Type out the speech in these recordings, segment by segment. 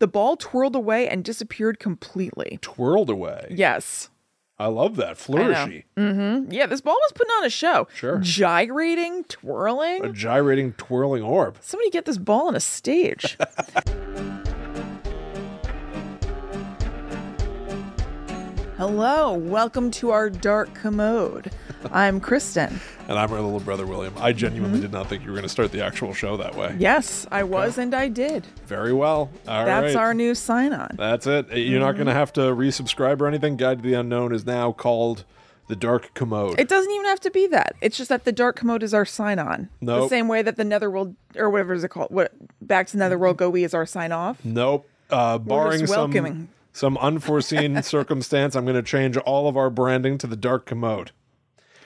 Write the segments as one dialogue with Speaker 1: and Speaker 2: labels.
Speaker 1: The ball twirled away and disappeared completely.
Speaker 2: Twirled away.
Speaker 1: Yes.
Speaker 2: I love that. Flourishy.
Speaker 1: Yeah, this ball was putting on a show.
Speaker 2: Sure.
Speaker 1: Gyrating,
Speaker 2: A
Speaker 1: twirling.
Speaker 2: gyrating, twirling orb.
Speaker 1: Somebody get this ball on a stage. Hello, welcome to our dark commode. I'm Kristen.
Speaker 2: And I'm her little brother, William. I genuinely
Speaker 1: Mm-hmm.
Speaker 2: did not think you were going to start the actual show that way.
Speaker 1: Yes, I was and I did.
Speaker 2: Very well. All right.
Speaker 1: That's our Mm-hmm. new sign on.
Speaker 2: That's it. Eh, You're not going to have to resubscribe or anything. Guide to the Unknown is now called The Dark Commode.
Speaker 1: It doesn't even have to be that. It's just that the dark commode is our sign on. The
Speaker 2: Nope.
Speaker 1: same way that the netherworld or whatever is it called? What back to netherworld go we is our sign off.
Speaker 2: nope. Uh, barring some,
Speaker 1: welcoming.
Speaker 2: some unforeseen circumstance, I'm going to change all of our branding to The Dark Commode.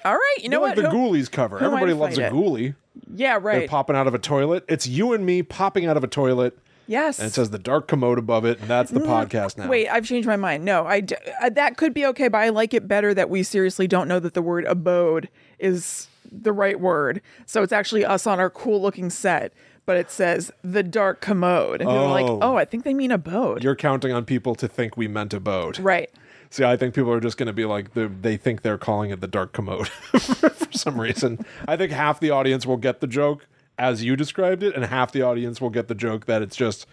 Speaker 1: All right, you know
Speaker 2: like
Speaker 1: what?
Speaker 2: the
Speaker 1: Who-
Speaker 2: Ghoulies cover.
Speaker 1: who am I to
Speaker 2: Everybody loves
Speaker 1: fight
Speaker 2: a
Speaker 1: it?
Speaker 2: ghoulie.
Speaker 1: Yeah,
Speaker 2: They're
Speaker 1: right.
Speaker 2: popping out of a toilet. It's you and me popping out of a toilet.
Speaker 1: yes.
Speaker 2: And it says the dark commode above it, and that's the podcast now.
Speaker 1: Mm. Wait, I've changed my mind. No, I d- uh, that could be okay, but I like it better that we seriously don't know that the word abode is the right word. So it's actually us on our cool looking set, but it says the dark commode. And people are like,
Speaker 2: Oh.
Speaker 1: oh, I think they mean abode.
Speaker 2: You're counting on people to think we meant abode.
Speaker 1: right.
Speaker 2: See, I think people are just going to be like, they- they think they're calling it the dark commode for some reason. I think half the audience will get the joke as you described it, and half the audience will get the joke that it's just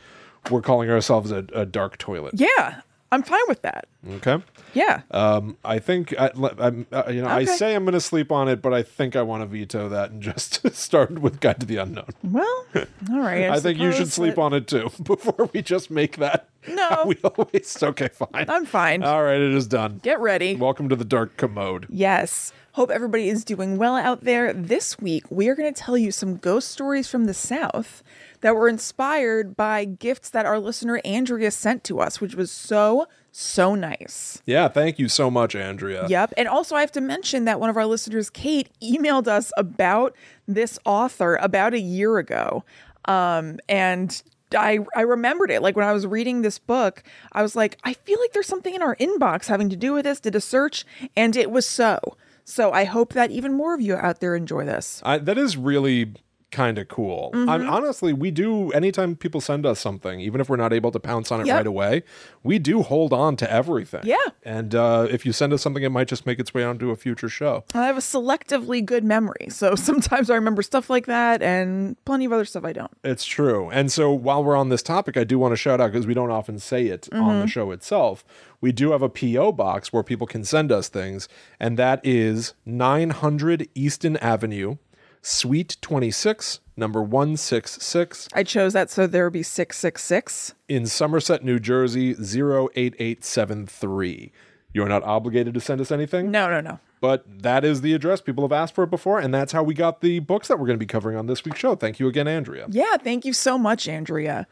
Speaker 2: we're calling ourselves a, a dark toilet.
Speaker 1: Yeah, I'm fine with that.
Speaker 2: Okay.
Speaker 1: Yeah.
Speaker 2: Um, I think I, am uh, you know, I
Speaker 1: Okay.
Speaker 2: say I'm going to sleep on it, but I think I want to veto that and just start with Guide to the Unknown.
Speaker 1: well, all right.
Speaker 2: I think you should
Speaker 1: suppose
Speaker 2: sleep
Speaker 1: that-
Speaker 2: on it too before we just make that.
Speaker 1: No.
Speaker 2: how we always okay. Fine.
Speaker 1: I'm fine.
Speaker 2: All right, it is done.
Speaker 1: Get ready.
Speaker 2: Welcome to the dark commode.
Speaker 1: Yes. Hope everybody is doing well out there. This week, we are going to tell you some ghost stories from the South that were inspired by gifts that our listener Andrea sent to us, which was so, so nice.
Speaker 2: Yeah, thank you so much, Andrea.
Speaker 1: Yep. And also, I have to mention that one of our listeners, Kate, emailed us about this author about a year ago. Um, and I, I remembered it. Like when I was reading this book, I was like, I feel like there's something in our inbox having to do with this. Did a search, and it was so. So I hope that even more of you out there enjoy this.
Speaker 2: I, that is really kind of cool.
Speaker 1: Mm-hmm.
Speaker 2: I'm honestly, we do anytime people send us something, even if we're not able to pounce on it
Speaker 1: Yep.
Speaker 2: right away, we do hold on to everything.
Speaker 1: Yeah.
Speaker 2: And uh, if you send us something, it might just make its way onto a future show.
Speaker 1: I have a selectively good memory. So sometimes I remember stuff like that and plenty of other stuff I don't.
Speaker 2: It's true. And so while we're on this topic, I do want to shout out because we don't often say it on the show itself. We do have a P.O. box where people can send us things, and that is 900 Easton Avenue, Suite 26, number 166
Speaker 1: I chose that so there would be 666.
Speaker 2: in Somerset, New Jersey, 08873. You're not obligated to send us anything,
Speaker 1: No, no, no.
Speaker 2: but that is the address. People have asked for it before, and that's how we got the books that we're going to be covering on this week's show. Thank you again, Andrea.
Speaker 1: Yeah, thank you so much, Andrea.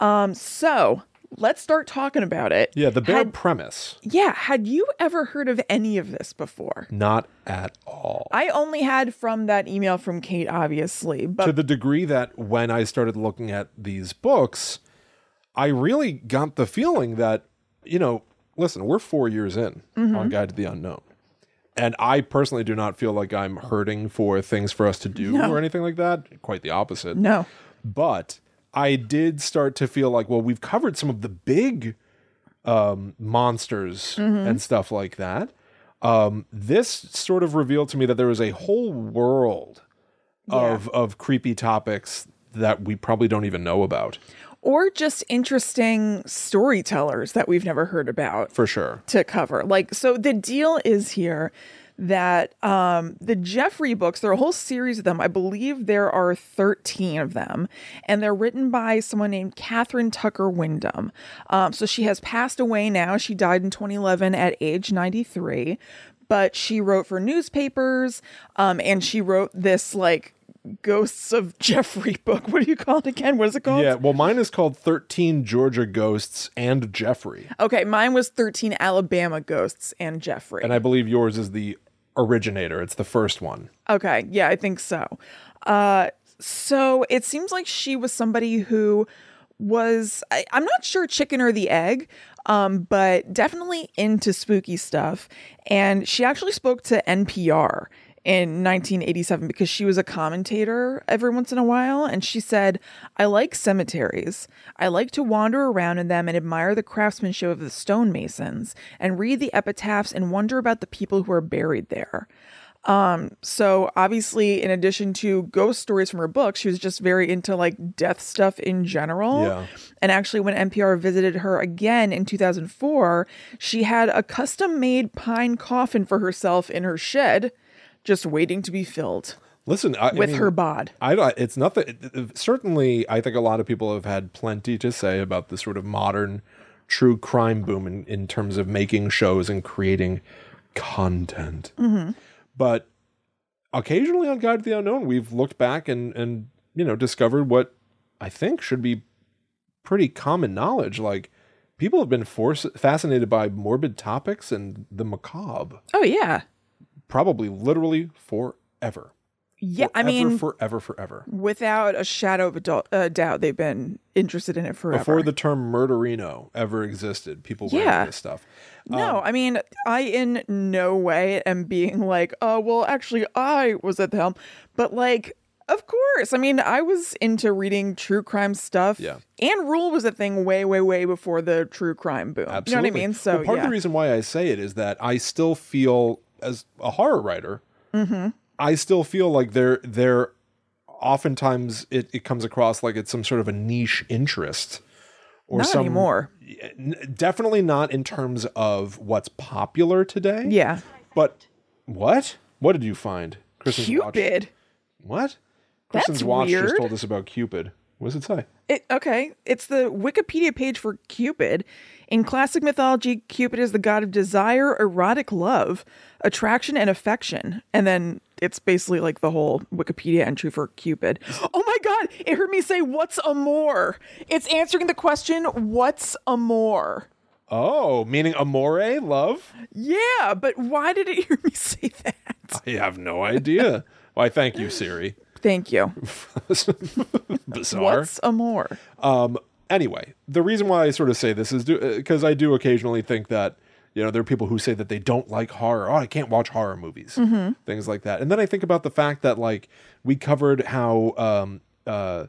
Speaker 1: Um, so let's start talking about it.
Speaker 2: Yeah, the bare
Speaker 1: Had-
Speaker 2: premise,
Speaker 1: yeah, had you ever heard of any of this before?
Speaker 2: not at all.
Speaker 1: I only had from that email from Kate, obviously,
Speaker 2: to
Speaker 1: but
Speaker 2: the degree that when I started looking at these books, I really got the feeling that, you know, listen, we're four years in on Guide to the Unknown. And I personally do not feel like I'm hurting for things for us to do or anything like that. Quite the opposite.
Speaker 1: no.
Speaker 2: But I did start to feel like, well, we've covered some of the big um, monsters
Speaker 1: Mm-hmm.
Speaker 2: and stuff like that. Um, this sort of revealed to me that there was a whole world of of creepy topics that we probably don't even know about
Speaker 1: Or just interesting storytellers that we've never heard about.
Speaker 2: for sure.
Speaker 1: to cover. Like, so the deal is here that um, the Jeffrey books, there are a whole series of them. I believe there are 13 of them, and they're written by someone named Catherine Tucker Wyndham. Um, so she has passed away now. She died in 2011 at age 93, but she wrote for newspapers um, and she wrote this, like, Ghosts of Jeffrey book. What do you call it again? What is it called?
Speaker 2: Yeah, well, mine is called 13 Georgia Ghosts and Jeffrey.
Speaker 1: Okay, mine was 13 Alabama Ghosts and Jeffrey.
Speaker 2: And I believe yours is the originator. It's the first one.
Speaker 1: Okay. Yeah, I think so. Uh, so it seems like she was somebody who was, I, I'm not sure chicken or the egg, um, but definitely into spooky stuff. And she actually spoke to NPR in 1987 because she was a commentator every once in a while. And she said, I like cemeteries. I like to wander around in them and admire the craftsmanship of the stonemasons and read the epitaphs and wonder about the people who are buried there. Um, so obviously, in addition to ghost stories from her book, she was just very into like death stuff in general.
Speaker 2: Yeah.
Speaker 1: And actually, when NPR visited her again in 2004, she had a custom made pine coffin for herself in her shed, just waiting to be filled
Speaker 2: Listen, I,
Speaker 1: with
Speaker 2: I mean,
Speaker 1: her bod.
Speaker 2: I don't. It's nothing. Certainly, I think a lot of people have had plenty to say about the sort of modern true crime boom in, in terms of making shows and creating content.
Speaker 1: Mm-hmm.
Speaker 2: But occasionally on Guide to the Unknown, we've looked back and and you know discovered what I think should be pretty common knowledge. Like people have been force fascinated by morbid topics and the macabre,
Speaker 1: Oh, yeah.
Speaker 2: probably literally forever.
Speaker 1: Yeah. I
Speaker 2: Forever,
Speaker 1: mean,
Speaker 2: forever, forever.
Speaker 1: without a shadow of a do- uh, doubt, they've been interested in it forever.
Speaker 2: before the term murderino ever existed, people were
Speaker 1: Yeah.
Speaker 2: into this stuff.
Speaker 1: No,
Speaker 2: Um,
Speaker 1: I mean, I in no way am being like, oh, well, actually, I was at the helm. But, like, of course. I mean, I was into reading true crime stuff.
Speaker 2: Yeah.
Speaker 1: And Rule was a thing way, way, way before the true crime boom.
Speaker 2: Absolutely.
Speaker 1: You know what I mean? So,
Speaker 2: Well, part
Speaker 1: yeah.
Speaker 2: of the reason why I say it is that I still feel, as a horror writer,
Speaker 1: Mm-hmm.
Speaker 2: I still feel like there, there, oftentimes it, it comes across like it's some sort of a niche interest, or
Speaker 1: Not
Speaker 2: some
Speaker 1: anymore.
Speaker 2: n- definitely not in terms of what's popular today.
Speaker 1: Yeah.
Speaker 2: But what? What did you find? Kristen's watch-
Speaker 1: Cupid.
Speaker 2: What?
Speaker 1: That's
Speaker 2: Kristen's watch just
Speaker 1: weird.
Speaker 2: told us about Cupid. What does it say?
Speaker 1: It, okay, it's the Wikipedia page for Cupid. In classic mythology, Cupid is the god of desire, erotic love, attraction, and affection. And then it's basically like the whole Wikipedia entry for Cupid. Oh my god, it heard me say, What's amor? It's answering the question, What's amor?
Speaker 2: Oh, meaning amore, love?
Speaker 1: Yeah, but why did it hear me say that?
Speaker 2: I have no idea. Why, thank you, Siri.
Speaker 1: Thank you.
Speaker 2: Bizarre.
Speaker 1: What's amor?
Speaker 2: Um, anyway, the reason why I sort of say this is because I do occasionally think that, you know, there are people who say that they don't like horror. Oh, I can't watch horror movies,
Speaker 1: Mm-hmm.
Speaker 2: things like that. And then I think about the fact that, like, we covered how um, uh,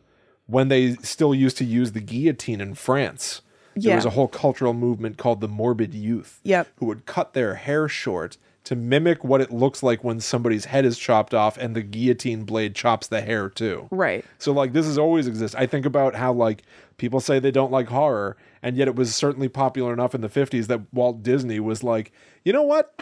Speaker 2: when they still used to use the guillotine in France, there
Speaker 1: Yeah.
Speaker 2: was a whole cultural movement called the morbid youth
Speaker 1: Yep.
Speaker 2: who would cut their hair short to mimic what it looks like when somebody's head is chopped off and the guillotine blade chops the hair too.
Speaker 1: Right.
Speaker 2: So like this has always existed. I think about how like people say they don't like horror, and yet it was certainly popular enough in the 50s that Walt Disney was like, you know what?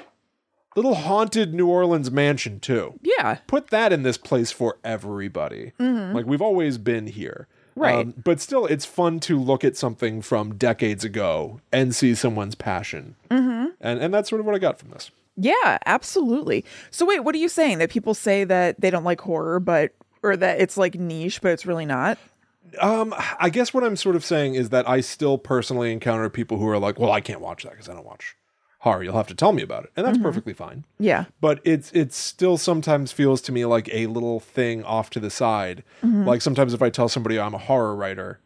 Speaker 2: Little haunted New Orleans mansion too.
Speaker 1: Yeah.
Speaker 2: Put that in this place for everybody. Like we've always been here. Um,
Speaker 1: Right.
Speaker 2: but still it's fun to look at something from decades ago and see someone's passion. And and that's sort of what I got from this.
Speaker 1: Yeah, absolutely. So wait, what are you saying that people say that they don't like horror but or that it's like niche but it's really not?
Speaker 2: Um, I guess what I'm sort of saying is that I still personally encounter people who are like, "Well, I can't watch that because I don't watch horror. You'll have to tell me about it," and that's perfectly fine.
Speaker 1: Yeah.
Speaker 2: But it's it still sometimes feels to me like a little thing off to the side. Like sometimes if I tell somebody I'm a horror writer,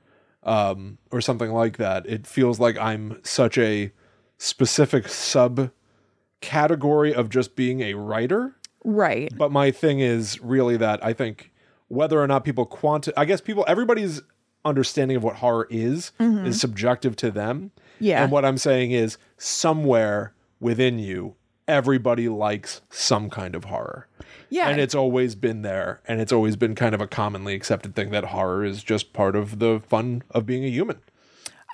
Speaker 2: um, or something like that, it feels like I'm such a specific sub category of just being a writer.
Speaker 1: Right.
Speaker 2: But my thing is really that I think whether or not people quant I guess people everybody's understanding of what horror is is subjective to them.
Speaker 1: Mm-hmm. Yeah.
Speaker 2: And what I'm saying is somewhere within you everybody likes some kind of horror.
Speaker 1: Yeah.
Speaker 2: And it's always been there and it's always been kind of a commonly accepted thing that horror is just part of the fun of being a human.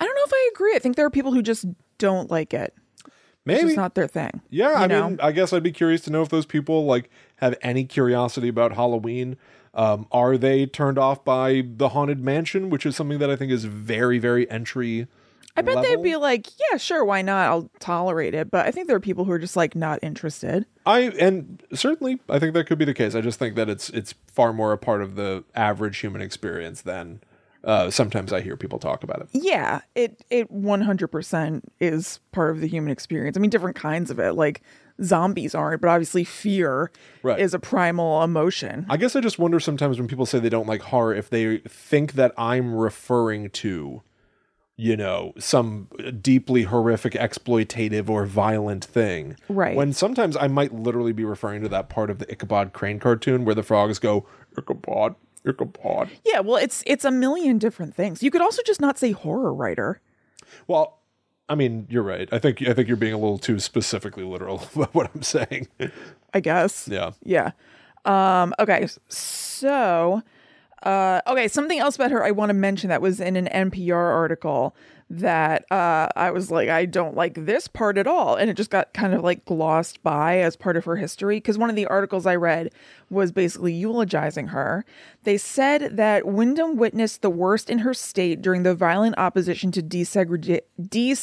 Speaker 1: I don't know if I agree. I think there are people who just don't like it. It's
Speaker 2: Maybe
Speaker 1: just not their thing.
Speaker 2: Yeah,
Speaker 1: you
Speaker 2: I
Speaker 1: know?
Speaker 2: mean, I guess I'd be curious to know if those people like have any curiosity about Halloween. Um, are they turned off by the haunted mansion, which is something that I think is very, very entry?
Speaker 1: I bet
Speaker 2: level?
Speaker 1: they'd be like, yeah, sure, why not? I'll tolerate it. But I think there are people who are just like not interested.
Speaker 2: I and certainly, I think that could be the case. I just think that it's it's far more a part of the average human experience than uh, sometimes I hear people talk about it.
Speaker 1: Yeah, it it 100% is part of the human experience. I mean, different kinds of it. Like zombies aren't, but obviously fear
Speaker 2: Right.
Speaker 1: is a primal emotion.
Speaker 2: I guess I just wonder sometimes when people say they don't like horror if they think that I'm referring to you know, some deeply horrific, exploitative, or violent thing.
Speaker 1: Right.
Speaker 2: When sometimes I might literally be referring to that part of the Ichabod Crane cartoon where the frogs go, Ichabod, Ichabod.
Speaker 1: Yeah, well, it's it's a million different things. You could also just not say horror writer.
Speaker 2: Well, I mean, you're right. I think I think you're being a little too specifically literal about what I'm saying.
Speaker 1: I guess.
Speaker 2: Yeah.
Speaker 1: Yeah. Um, okay. So, uh, okay. Something else about her I want to mention that was in an NPR article that uh, I was like, I don't like this part at all. And it just got kind of like glossed by as part of her history. Because one of the articles I read was basically eulogizing her. They said that Wyndham witnessed the worst in her state during the violent opposition to desegrega-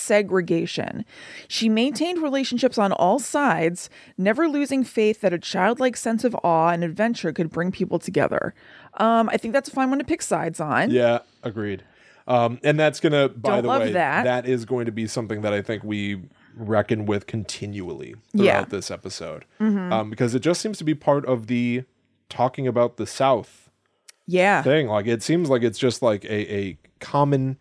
Speaker 1: desegregation. She maintained relationships on all sides, never losing faith that a childlike sense of awe and adventure could bring people together. Um, I think that's a fine one to pick sides on.
Speaker 2: Yeah, agreed. Um, and that's gonna by
Speaker 1: Don't
Speaker 2: the
Speaker 1: love
Speaker 2: way,
Speaker 1: that.
Speaker 2: that is going to be something that I think we reckon with continually throughout
Speaker 1: Yeah. Mm-hmm.
Speaker 2: this episode. Um, because it just seems to be part of the talking about the South
Speaker 1: Yeah.
Speaker 2: thing. Like it seems like it's just like a, a common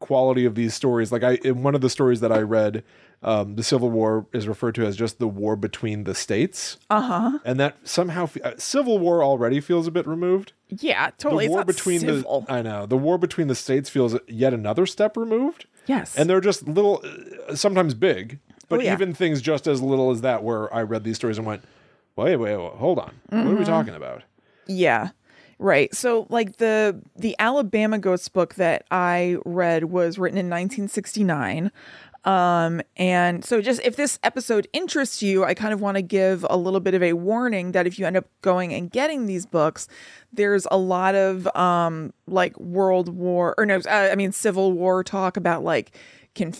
Speaker 2: quality of these stories. Like I in one of the stories that I read, um, the Civil War is referred to as just the war between the states. Uh-huh. And that somehow fe- uh, Civil War already feels a bit removed
Speaker 1: Yeah, totally.
Speaker 2: the
Speaker 1: It's
Speaker 2: war
Speaker 1: not
Speaker 2: between
Speaker 1: civil.
Speaker 2: the I know the war between the states feels yet another step removed.
Speaker 1: Yes.
Speaker 2: and they're just little, uh, sometimes big, but
Speaker 1: Oh, yeah.
Speaker 2: even things just as little as that. Where I read these stories and went, wait, wait, wait hold on, what are
Speaker 1: Mm-hmm.
Speaker 2: we talking about?
Speaker 1: Yeah. Right. So like the the Alabama Ghost book that I read was written in 1969. Um and so just if this episode interests you, I kind of want to give a little bit of a warning that if you end up going and getting these books, there's a lot of um like World War or no, uh, I mean Civil War talk about like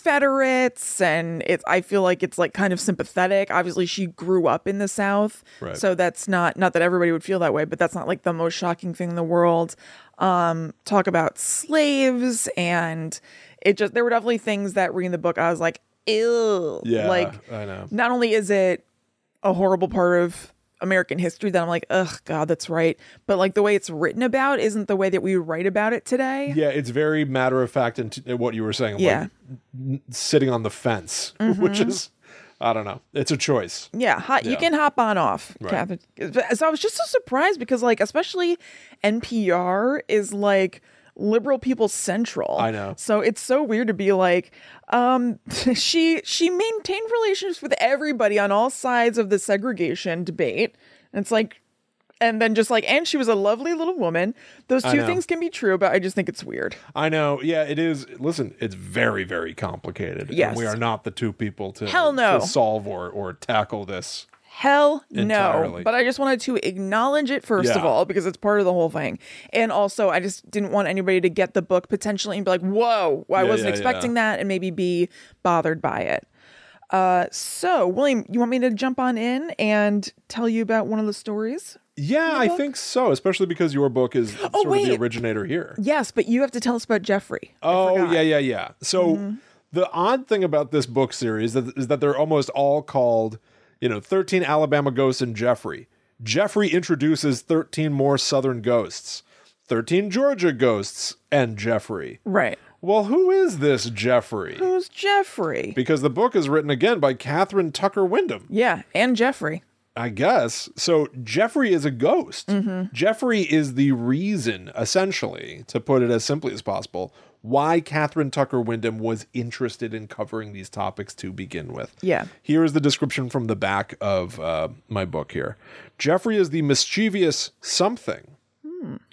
Speaker 1: Confederates and it's I feel like it's like kind of sympathetic. Obviously she grew up in the South.
Speaker 2: Right.
Speaker 1: So that's not not that everybody would feel that way, but that's not like the most shocking thing in the world. Um talk about slaves and it just there were definitely things that reading the book I was like, ew.
Speaker 2: Yeah,
Speaker 1: Like
Speaker 2: I know.
Speaker 1: not only is it a horrible part of American history that I'm like, ugh, God, that's right. But like the way it's written about isn't the way that we write about it today.
Speaker 2: Yeah, it's very matter of fact and t- what you were saying. like,
Speaker 1: Yeah. Mm-hmm.
Speaker 2: n- sitting on the fence, which is, I don't know, it's a choice.
Speaker 1: Yeah, hot, you
Speaker 2: Yeah.
Speaker 1: can hop on off,
Speaker 2: Right.
Speaker 1: Catherine. So I was just so surprised because, like, especially NPR is like liberal people central.
Speaker 2: I know.
Speaker 1: So it's so weird to be like, um, she she maintained relationships with everybody on all sides of the segregation debate. And it's like, and then just like, and she was a lovely little woman. Those two
Speaker 2: know.
Speaker 1: things can be true, but I just think it's weird.
Speaker 2: I know. Yeah, it is. Listen, it's very, very complicated. and
Speaker 1: Yes.
Speaker 2: we are not the two people to
Speaker 1: Hell no.
Speaker 2: to solve or or tackle this.
Speaker 1: Hell no.
Speaker 2: Entirely.
Speaker 1: But I just wanted to acknowledge it first of
Speaker 2: Yeah.
Speaker 1: all because it's part of the whole thing. And also, I just didn't want anybody to get the book potentially and be like, whoa, I
Speaker 2: Yeah,
Speaker 1: wasn't
Speaker 2: yeah,
Speaker 1: expecting that, and maybe be bothered by it. Uh, so, William, you want me to jump on in and tell you about one of the stories?
Speaker 2: Yeah, I think so, especially because your book is sort of
Speaker 1: Oh, wait.
Speaker 2: the originator here.
Speaker 1: Yes, but you have to tell us about Jeffrey. I
Speaker 2: Oh,
Speaker 1: forgot. Mm-hmm.
Speaker 2: yeah, yeah, yeah. So the odd thing about this book series that, is that they're almost all called, you know, 13 Alabama Ghosts and Jeffrey. Jeffrey introduces 13 more Southern Ghosts, 13 Georgia Ghosts, and Jeffrey.
Speaker 1: Right.
Speaker 2: Well, who is this Jeffrey?
Speaker 1: Who's Jeffrey?
Speaker 2: Because the book is written again by Catherine Tucker Wyndham.
Speaker 1: yeah, and Jeffrey.
Speaker 2: I guess. So Jeffrey is a ghost. Jeffrey is the reason, essentially, to put it as simply as possible, why Catherine Tucker Wyndham was interested in covering these topics to begin with.
Speaker 1: Yeah.
Speaker 2: Here is the description from the back of uh, my book here Jeffrey is the mischievous something.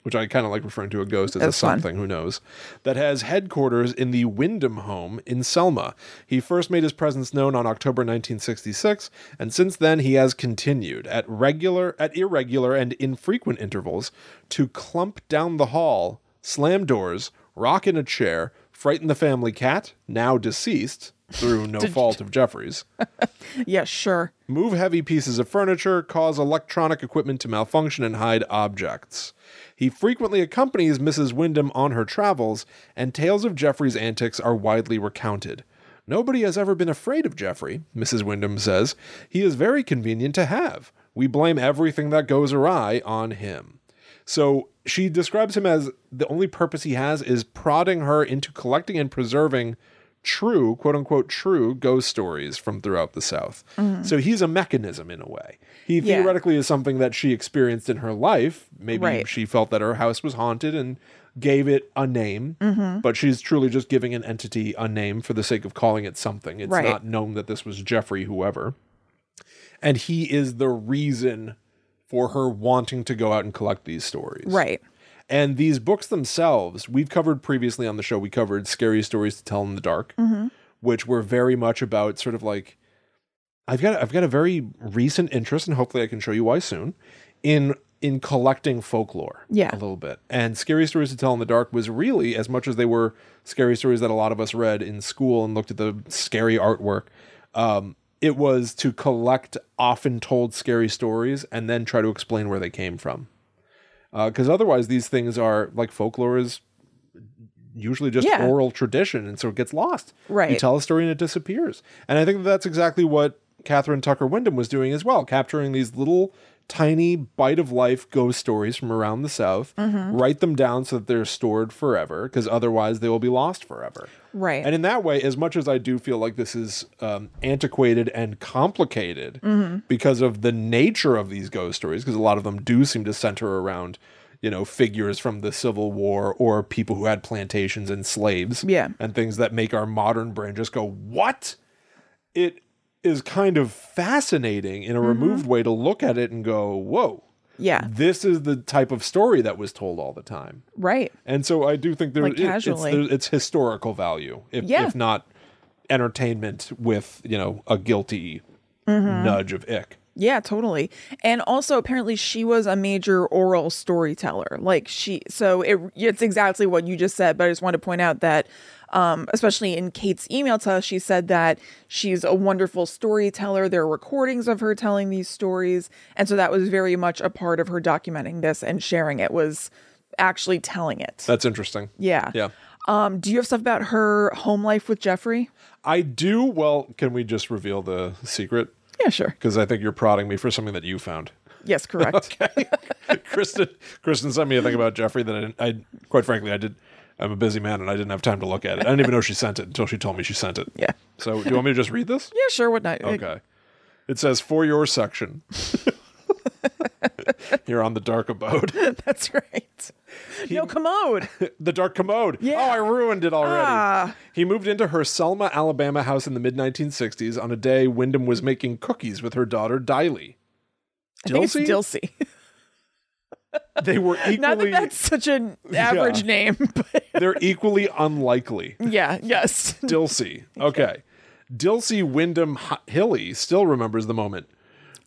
Speaker 2: Which I kind of like referring to a ghost as a
Speaker 1: That's fun.
Speaker 2: something, who knows, that has headquarters in the Wyndham home in Selma. He first made his presence known on October 1966, and since then he has continued at regular, at irregular, and infrequent intervals to clump down the hall, slam doors, rock in a chair, frighten the family cat, now deceased through no fault of Jeffrey's
Speaker 1: Yeah, sure.
Speaker 2: move heavy pieces of furniture, cause electronic equipment to malfunction, and hide objects. He frequently accompanies Mrs. Wyndham on her travels, and tales of Jeffrey's antics are widely recounted. Nobody has ever been afraid of Jeffrey, Mrs. Wyndham says. He is very convenient to have. We blame everything that goes awry on him. So she describes him as the only purpose he has is prodding her into collecting and preserving true, quote unquote, true ghost stories from throughout the South. So he's a mechanism in a way. He
Speaker 1: Mm-hmm. Yeah.
Speaker 2: theoretically is something that she experienced in her life. Maybe
Speaker 1: Right.
Speaker 2: she felt that her house was haunted and gave it a name,
Speaker 1: Mm-hmm.
Speaker 2: but she's truly just giving an entity a name for the sake of calling it something. It's
Speaker 1: Right.
Speaker 2: not known that this was Jeffrey, whoever. And he is the reason for her wanting to go out and collect these stories.
Speaker 1: Right.
Speaker 2: And these books themselves, we've covered previously on the show, we covered Scary Stories to Tell in the Dark, which were very much about sort of like I've got I've got a very recent interest, and hopefully I can show you why soon, in in collecting folklore
Speaker 1: Yeah.
Speaker 2: a little bit. And Scary Stories to Tell in the Dark was really, as much as they were scary stories that a lot of us read in school and looked at the scary artwork, um, it was to collect often told scary stories and then try to explain where they came from because Uh, otherwise these things are like folklore is usually just
Speaker 1: Yeah.
Speaker 2: oral tradition and so it gets lost you
Speaker 1: Right.
Speaker 2: tell a story and it disappears and i think that that's exactly what catherine tucker wyndham was doing as well capturing these little tiny bite of life ghost stories from around the south
Speaker 1: Mm-hmm.
Speaker 2: write them down so that they're stored forever because otherwise they will be lost forever
Speaker 1: Right.
Speaker 2: and in that way, as much as I do feel like this is um, antiquated and complicated because of the nature of these ghost stories, because a lot of them do seem to center around, you know, figures from the Civil War or people who had plantations and slaves,
Speaker 1: Yeah.
Speaker 2: and things that make our modern brain just go, "What?" It is kind of fascinating in a removed way to look at it and go, "Whoa."
Speaker 1: yeah.
Speaker 2: This is the type of story that was told all the time.
Speaker 1: Right.
Speaker 2: And so I do think there,
Speaker 1: Like
Speaker 2: it- it's,
Speaker 1: casually.
Speaker 2: there- it's historical value, if,
Speaker 1: Yeah.
Speaker 2: if not entertainment with, you know, a guilty
Speaker 1: Mm-hmm.
Speaker 2: nudge of ick.
Speaker 1: Yeah, totally. And also, apparently, she was a major oral storyteller. Like she, so it, it's exactly what you just said. But I just wanted to point out that, um, especially in Kate's email to us, she said that she's a wonderful storyteller. There are recordings of her telling these stories, and so that was very much a part of her documenting this and sharing it was actually telling it.
Speaker 2: That's interesting.
Speaker 1: yeah.
Speaker 2: Yeah.
Speaker 1: Um, do you have stuff about her home life with Jeffrey?
Speaker 2: I do. Well, can we just reveal the secret?
Speaker 1: Yeah, sure.
Speaker 2: Because I think you're prodding me for something that you found.
Speaker 1: Yes, correct.
Speaker 2: Kristen, Kristen sent me a thing about Jeffrey that I, didn't, I, quite frankly, I did. I'm a busy man and I didn't have time to look at it. I didn't even know she sent it until she told me she sent it.
Speaker 1: Yeah.
Speaker 2: So, do you want me to just read this?
Speaker 1: Yeah, sure. What not?
Speaker 2: Okay. It says for your section. You're on the dark abode.
Speaker 1: That's right. no commode.
Speaker 2: the dark commode.
Speaker 1: Yeah.
Speaker 2: Oh, I ruined it already.
Speaker 1: Ah.
Speaker 2: He moved into her Selma, Alabama house in the mid 1960s on a day Wyndham was making cookies with her daughter Diley.
Speaker 1: I think it's
Speaker 2: Dilsey?
Speaker 1: Dilsey.
Speaker 2: They were
Speaker 1: Not that
Speaker 2: equally
Speaker 1: that's such an average
Speaker 2: Yeah.
Speaker 1: name, but
Speaker 2: they're equally unlikely.
Speaker 1: yeah, yes.
Speaker 2: Dilsey. Okay. Dilsey Wyndham H- Hilly still remembers the moment.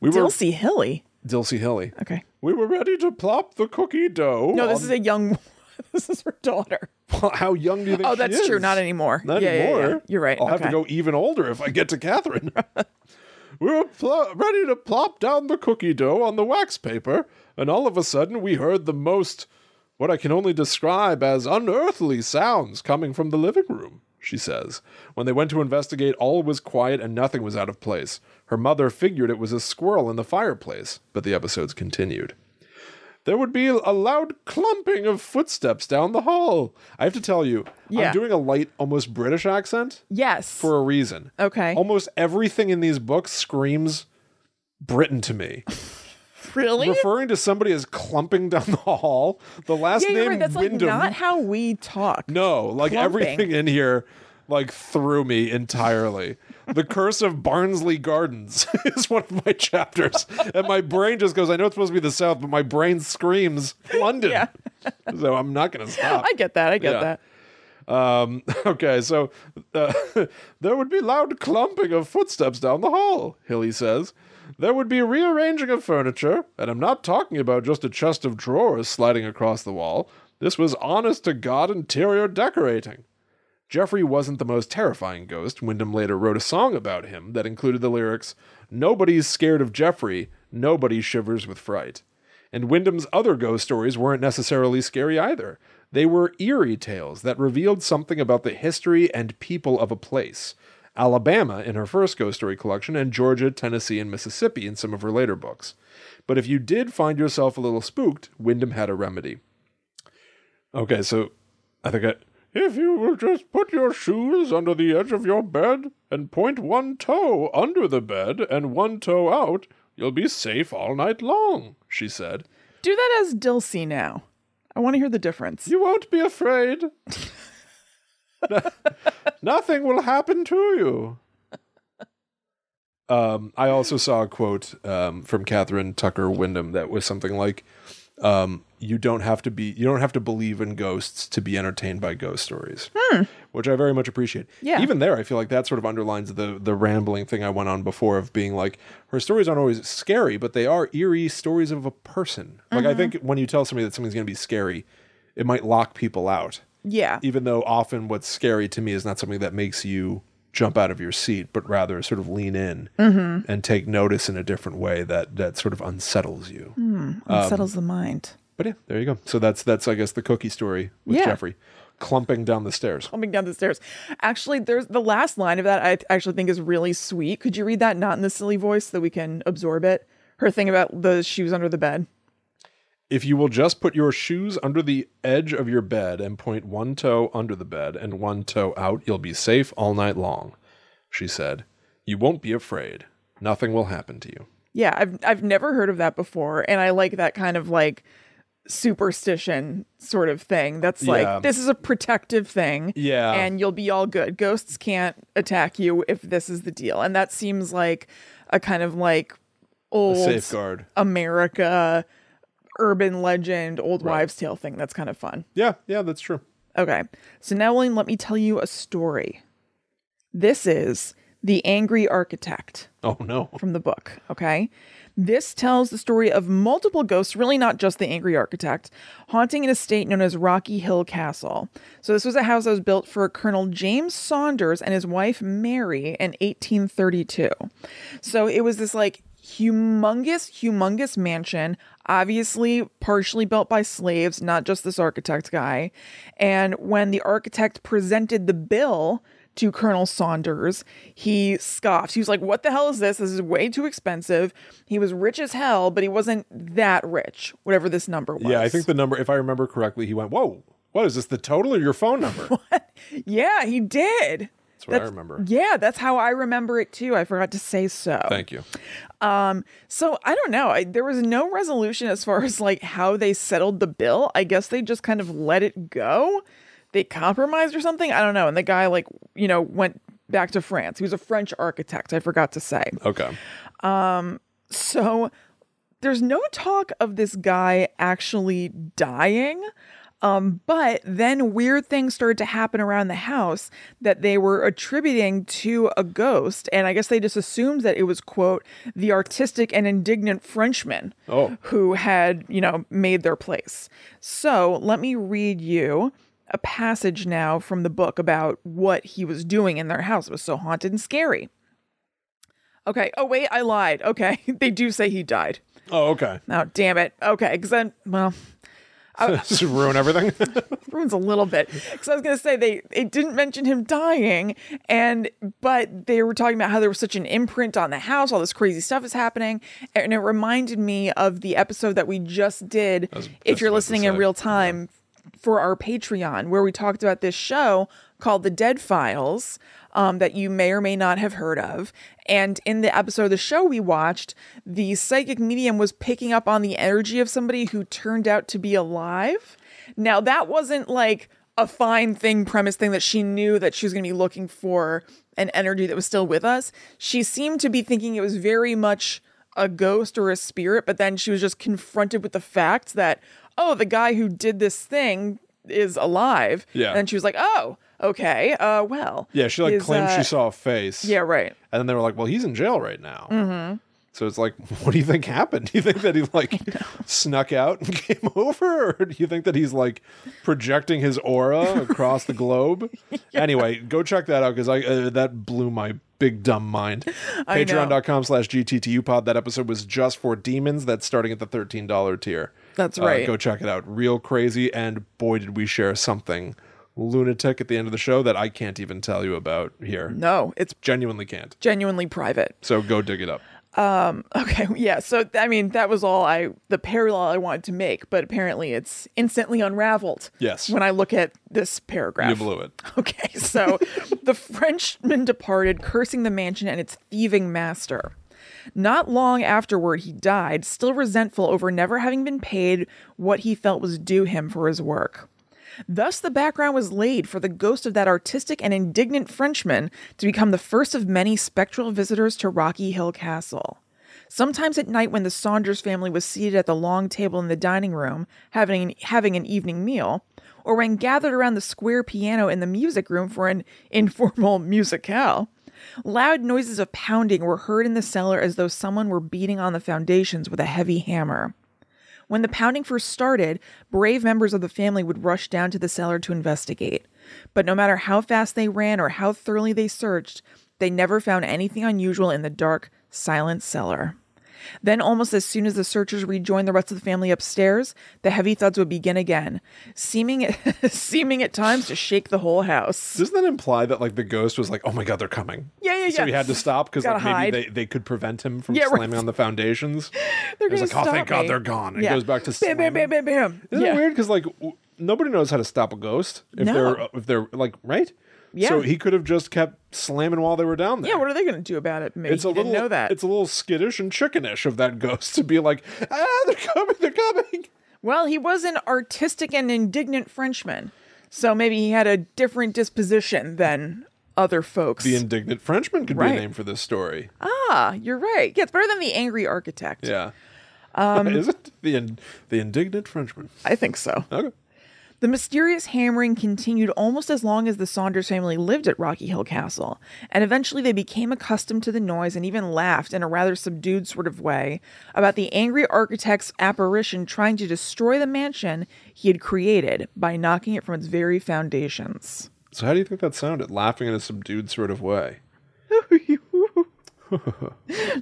Speaker 2: We were
Speaker 1: Dilsey Hilly.
Speaker 2: Dilsey Hilly.
Speaker 1: Okay.
Speaker 2: We were ready to plop the cookie dough.
Speaker 1: No, this
Speaker 2: on-
Speaker 1: is a young this is her daughter.
Speaker 2: How young do you think?
Speaker 1: Oh,
Speaker 2: she
Speaker 1: that's true.
Speaker 2: is?
Speaker 1: Not anymore.
Speaker 2: Not
Speaker 1: yeah, yeah,
Speaker 2: anymore.
Speaker 1: yeah. You're right.
Speaker 2: I'll have to
Speaker 1: Okay.
Speaker 2: go even older if I get to Catherine. we were pl- ready to plop down the cookie dough on the wax paper, and all of a sudden we heard the most, what I can only describe as unearthly sounds coming from the living room, she says. When they went to investigate, all was quiet and nothing was out of place. Her mother figured it was a squirrel in the fireplace, but the episodes continued. There would be a loud clumping of footsteps down the hall. I have to tell you,
Speaker 1: Yeah.
Speaker 2: I'm doing a light, almost British accent
Speaker 1: Yes.
Speaker 2: for a reason.
Speaker 1: okay.
Speaker 2: Almost everything in these books screams Britain to me.
Speaker 1: really?
Speaker 2: Referring to somebody as clumping down the hall, the last
Speaker 1: yeah, you're
Speaker 2: name
Speaker 1: right. That's
Speaker 2: Wyndham.
Speaker 1: like not how we talk.
Speaker 2: no, like
Speaker 1: Clumping.
Speaker 2: everything in here like threw me entirely. the curse of Barnsley Gardens is one of my chapters. and my brain just goes, I know it's supposed to be the South, but my brain screams London.
Speaker 1: Yeah.
Speaker 2: so I'm not gonna stop.
Speaker 1: I get that. I get
Speaker 2: Yeah.
Speaker 1: that.
Speaker 2: Um, okay, so uh, there would be loud clumping of footsteps down the hall, Hilly says. There would be rearranging of furniture, and I'm not talking about just a chest of drawers sliding across the wall. This was honest to God interior decorating. Jeffrey wasn't the most terrifying ghost. Wyndham later wrote a song about him that included the lyrics Nobody's scared of Jeffrey, nobody shivers with fright. And Wyndham's other ghost stories weren't necessarily scary either. They were eerie tales that revealed something about the history and people of a place. Alabama in her first ghost story collection, and Georgia, Tennessee, and Mississippi in some of her later books. But if you did find yourself a little spooked, Wyndham had a remedy. Okay, so I think I. If you will just put your shoes under the edge of your bed and point one toe under the bed and one toe out, you'll be safe all night long, she said.
Speaker 1: Do that as Dilsey now. I want to hear the difference.
Speaker 2: You won't be afraid. No- Nothing will happen to you. Um, I also saw a quote um, from Catherine Tucker Wyndham that was something like, um, "You don't have to be, you don't have to believe in ghosts to be entertained by ghost stories," which I very much appreciate.
Speaker 1: Yeah.
Speaker 2: Even there, I feel like that sort of underlines the the rambling thing I went on before of being like, her stories aren't always scary, but they are eerie stories of a person. Like I think when you tell somebody that something's going to be scary, it might lock people out
Speaker 1: Yeah.
Speaker 2: even though often what's scary to me is not something that makes you jump out of your seat, but rather sort of lean in and take notice in a different way that that sort of unsettles you. Um,
Speaker 1: It settles the mind.
Speaker 2: But yeah, there you go. So that's that's I guess the cookie story with
Speaker 1: Yeah.
Speaker 2: Jeffrey clumping down the stairs.
Speaker 1: Coming down the stairs. Actually, there's the last line of that I actually think is really sweet. Could you read that not in the silly voice so that we can absorb it? Her thing about the shoes under the bed.
Speaker 2: If you will just put your shoes under the edge of your bed and point one toe under the bed and one toe out, you'll be safe all night long, she said. You won't be afraid. Nothing will happen to you.
Speaker 1: Yeah, I've I've never heard of that before, and I like that kind of like superstition sort of thing. That's like
Speaker 2: Yeah.
Speaker 1: this is a protective thing.
Speaker 2: Yeah.
Speaker 1: And you'll be all good. Ghosts can't attack you if this is the deal. And that seems like a kind of like old
Speaker 2: Safeguard.
Speaker 1: America urban legend, old wives tale thing. That's kind of fun.
Speaker 2: Yeah, yeah, that's true.
Speaker 1: Okay. So now William, let me tell you a story. This is The Angry Architect
Speaker 2: Oh no.
Speaker 1: from the book. Okay. This tells the story of multiple ghosts, really not just the angry architect, haunting an estate known as Rocky Hill Castle. So, this was a house that was built for Colonel James Saunders and his wife Mary in 1832. So, it was this like humongous, humongous mansion, obviously partially built by slaves, not just this architect guy. And when the architect presented the bill, to Colonel Saunders. He scoffed. He was like, What the hell is this? This is way too expensive. He was rich as hell, but he wasn't that rich, whatever this number was.
Speaker 2: Yeah, I think the number, if I remember correctly, he went, Whoa, what is this, the total or your phone number?
Speaker 1: Yeah, he did.
Speaker 2: That's what I remember.
Speaker 1: Yeah, that's how I remember it too. I forgot to say so.
Speaker 2: Thank you.
Speaker 1: So I don't know. I, there was no resolution as far as like how they settled the bill. I guess they just kind of let it go. They compromised or something. I don't know. And the guy, like, you know, went back to France. He was a French architect. I forgot to say.
Speaker 2: Okay.
Speaker 1: So there's no talk of this guy actually dying. Um, but then weird things started to happen around the house that they were attributing to a ghost. And I guess they just assumed that it was, quote, the artistic and indignant Frenchman
Speaker 2: Oh.
Speaker 1: who had, you know, made their place. So let me read you a passage now from the book about what he was doing in their house. It was so haunted and scary. Okay. Oh, wait, I lied. Okay. They do say he died.
Speaker 2: Oh, okay.
Speaker 1: Oh, damn it. Okay. Because then, well,
Speaker 2: Just ruin everything.
Speaker 1: ruins a little bit. Because I was going to say they, they didn't mention him dying. And, but they were talking about how there was such an imprint on the house. All this crazy stuff is happening. And it reminded me of the episode that we just did.
Speaker 2: just
Speaker 1: If you're
Speaker 2: about to
Speaker 1: listening in
Speaker 2: say.
Speaker 1: real time, for our Patreon, where we talked about this show called The Dead Files um, that you may or may not have heard of. And in the episode of the show we watched, the psychic medium was picking up on the energy of somebody who turned out to be alive. Now, that wasn't like a fine thing premise thing that she knew that she was going to be looking for an energy that was still with us. She seemed to be thinking it was very much a ghost or a spirit, but then she was just confronted with the fact that, oh, the guy who did this thing is alive.
Speaker 2: Yeah.
Speaker 1: And she was like, oh, okay, uh, well.
Speaker 2: yeah, she like
Speaker 1: his,
Speaker 2: claimed
Speaker 1: uh,
Speaker 2: she saw a face.
Speaker 1: Yeah, right.
Speaker 2: And then they were like, Well, he's in jail right now. Mm-hmm. So it's like, what do you think happened? Do you think that he like snuck out and came over? Or do you think that he's like projecting his aura across the globe? Anyway, go check that out because I uh, that blew my big dumb mind.
Speaker 1: I know.
Speaker 2: Patreon.com slash GTTUpod. That episode was just for demons. That's starting at the $13 tier. Uh,
Speaker 1: That's right.
Speaker 2: go check it out. Real crazy. And boy, did we share something lunatic at the end of the show that I can't even tell you about here.
Speaker 1: No, it's
Speaker 2: Genuinely can't.
Speaker 1: genuinely private.
Speaker 2: So go dig it up.
Speaker 1: Um, okay, yeah. So I mean, that was all I the parallel I wanted to make, but apparently it's instantly unraveled.
Speaker 2: Yes.
Speaker 1: When I look at this paragraph.
Speaker 2: You blew it.
Speaker 1: Okay, so the Frenchman departed, cursing the mansion and its thieving master. Not long afterward, he died, still resentful over never having been paid what he felt was due him for his work. Thus, the background was laid for the ghost of that artistic and indignant Frenchman to become the first of many spectral visitors to Rocky Hill Castle. Sometimes at night, when the Saunders family was seated at the long table in the dining room, having, having an evening meal, or when gathered around the square piano in the music room for an informal musicale, loud noises of pounding were heard in the cellar as though someone were beating on the foundations with a heavy hammer. When the pounding first started, brave members of the family would rush down to the cellar to investigate. But no matter how fast they ran or how thoroughly they searched, they never found anything unusual in the dark, silent cellar. Then, almost as soon as the searchers rejoined the rest of the family upstairs, the heavy thuds would begin again, seeming seeming at times to shake the whole house.
Speaker 2: Doesn't that imply that like the ghost was like, oh my god, they're coming?
Speaker 1: Yeah, yeah,
Speaker 2: So
Speaker 1: yeah.
Speaker 2: he had to stop because
Speaker 1: Gotta
Speaker 2: like maybe
Speaker 1: hide.
Speaker 2: they, they could prevent him from
Speaker 1: Yeah, right.
Speaker 2: slamming on the foundations.
Speaker 1: They're
Speaker 2: He's
Speaker 1: gonna
Speaker 2: like, oh,
Speaker 1: stop
Speaker 2: thank God
Speaker 1: me."
Speaker 2: they're gone. And
Speaker 1: Yeah.
Speaker 2: he goes back to
Speaker 1: bam, bam, bam,
Speaker 2: slamming.
Speaker 1: bam, bam.
Speaker 2: Isn't
Speaker 1: yeah.
Speaker 2: it weird? Because like w- nobody knows how to stop a ghost if
Speaker 1: No.
Speaker 2: they're if they're like right.
Speaker 1: Yeah.
Speaker 2: So he could have just kept slamming while they were down there.
Speaker 1: Yeah, what are they going to do about it? Maybe
Speaker 2: it's a
Speaker 1: he
Speaker 2: little
Speaker 1: didn't know that.
Speaker 2: it's a little skittish and chickenish of that ghost to be like, ah, they're coming, they're coming.
Speaker 1: Well, he was an artistic and indignant Frenchman, so maybe he had a different disposition than other folks.
Speaker 2: The indignant Frenchman could be
Speaker 1: Right.
Speaker 2: a name for this story.
Speaker 1: ah, you're right. Yeah, it's better than the angry architect.
Speaker 2: Yeah.
Speaker 1: Um,
Speaker 2: Is it the in, the indignant Frenchman?
Speaker 1: I think so.
Speaker 2: Okay.
Speaker 1: The mysterious hammering continued almost as long as the Saunders family lived at Rocky Hill Castle, and eventually they became accustomed to the noise and even laughed in a rather subdued sort of way about the angry architect's apparition trying to destroy the mansion he had created by knocking it from its very foundations.
Speaker 2: So how do you think that sounded? Laughing in a subdued sort of way.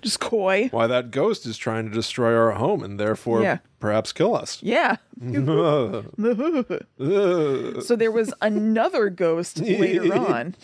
Speaker 1: Just coy.
Speaker 2: Why that ghost is trying to destroy our home and therefore
Speaker 1: Yeah.
Speaker 2: perhaps kill us.
Speaker 1: Yeah.
Speaker 2: Ugh.
Speaker 1: So there was another ghost later on.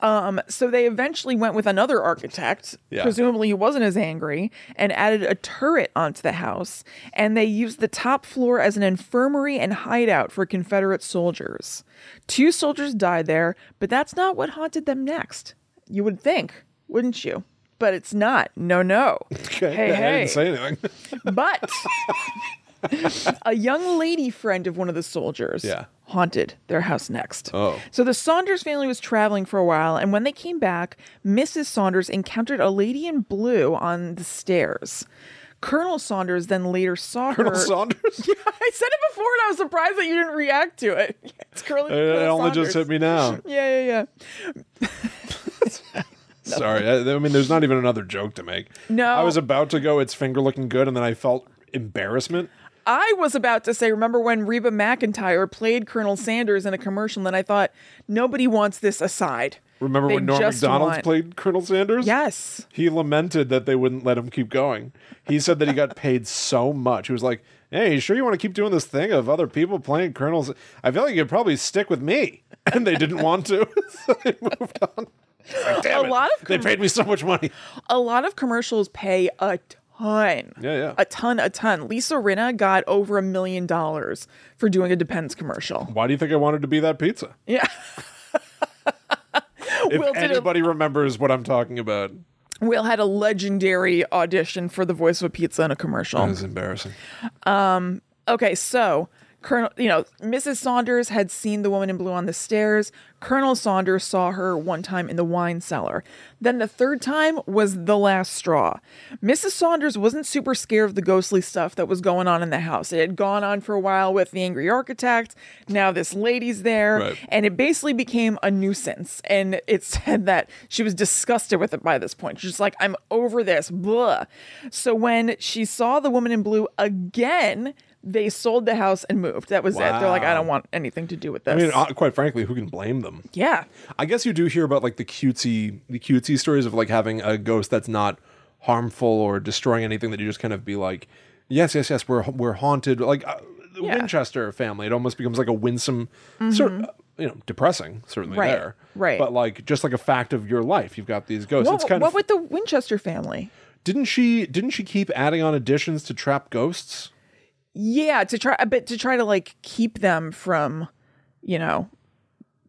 Speaker 1: um, so they eventually went with another architect,
Speaker 2: Yeah.
Speaker 1: presumably he wasn't as angry, and added a turret onto the house. And they used the top floor as an infirmary and hideout for Confederate soldiers. Two soldiers died there, but that's not what haunted them next. You would think, wouldn't you? But it's not. No, no.
Speaker 2: okay.
Speaker 1: Hey,
Speaker 2: I
Speaker 1: hey.
Speaker 2: didn't say anything.
Speaker 1: But a young lady friend of one of the soldiers
Speaker 2: Yeah.
Speaker 1: haunted their house next.
Speaker 2: Oh.
Speaker 1: So the Saunders family was traveling for a while, and when they came back, Mrs. Saunders encountered a lady in blue on the stairs. Colonel Saunders then later saw
Speaker 2: Colonel
Speaker 1: her.
Speaker 2: Saunders.
Speaker 1: Yeah, I said it before, and I was surprised that you didn't react to it. Yeah, It's Colonel,
Speaker 2: It
Speaker 1: Colonel
Speaker 2: only just hit
Speaker 1: Saunders.
Speaker 2: me now.
Speaker 1: Yeah, yeah, yeah.
Speaker 2: Sorry. I, I mean, there's not even another joke to make.
Speaker 1: No.
Speaker 2: I was about to go, it's finger looking good, and then I felt embarrassment.
Speaker 1: I was about to say, remember when Reba McIntyre played Colonel Sanders in a commercial, and then I thought, nobody wants this aside.
Speaker 2: Remember
Speaker 1: They
Speaker 2: when Norm
Speaker 1: just
Speaker 2: MacDonald
Speaker 1: want-
Speaker 2: played Colonel Sanders?
Speaker 1: Yes.
Speaker 2: He lamented that they wouldn't let him keep going. He said that he got paid so much. He was like, hey, you sure you want to keep doing this thing of other people playing Colonel's? I feel like you could probably stick with me. And they didn't want to. so they moved on. It's like, Damn
Speaker 1: A
Speaker 2: it.
Speaker 1: lot of
Speaker 2: they paid me so much money.
Speaker 1: a lot of commercials pay a ton.
Speaker 2: Yeah, yeah.
Speaker 1: A ton, a ton. Lisa Rinna got over a million dollars for doing a Depends commercial.
Speaker 2: Why do you think I wanted to be that pizza?
Speaker 1: Yeah.
Speaker 2: If
Speaker 1: Will did a,
Speaker 2: anybody remembers what I'm talking about,
Speaker 1: Will had a legendary audition for the voice of a pizza in a commercial.
Speaker 2: it was embarrassing.
Speaker 1: Okay, so Colonel, you know, Mrs. Saunders had seen the woman in blue on the stairs. Colonel Saunders saw her one time in the wine cellar. Then the third time was the last straw. Mrs. Saunders wasn't super scared of the ghostly stuff that was going on in the house. It had gone on for a while with the angry architect. Now this lady's there,
Speaker 2: Right.
Speaker 1: and it basically became a nuisance. And it said that she was disgusted with it by this point. She's just like, I'm over this. Blah. So when she saw the woman in blue again, they sold the house and moved. That was it. They're like, I
Speaker 2: Wow.
Speaker 1: don't want anything to do with this.
Speaker 2: I mean, uh, quite frankly, who can blame them?
Speaker 1: yeah.
Speaker 2: I guess you do hear about like the cutesy, the cutesy stories of like having a ghost that's not harmful or destroying anything that you just kind of be like, yes, yes, yes, we're we're haunted. Like uh, the
Speaker 1: Yeah. Mm-hmm.
Speaker 2: Winchester family, it almost becomes like a winsome, sort uh, you know depressing certainly
Speaker 1: Right,
Speaker 2: there
Speaker 1: right.
Speaker 2: but like just like a fact of your life you've got these ghosts it's
Speaker 1: What,
Speaker 2: kind
Speaker 1: what
Speaker 2: of
Speaker 1: with the Winchester family?
Speaker 2: didn't she didn't she keep adding on additions to trap ghosts
Speaker 1: Yeah, to try, but to try to like keep them from, you know,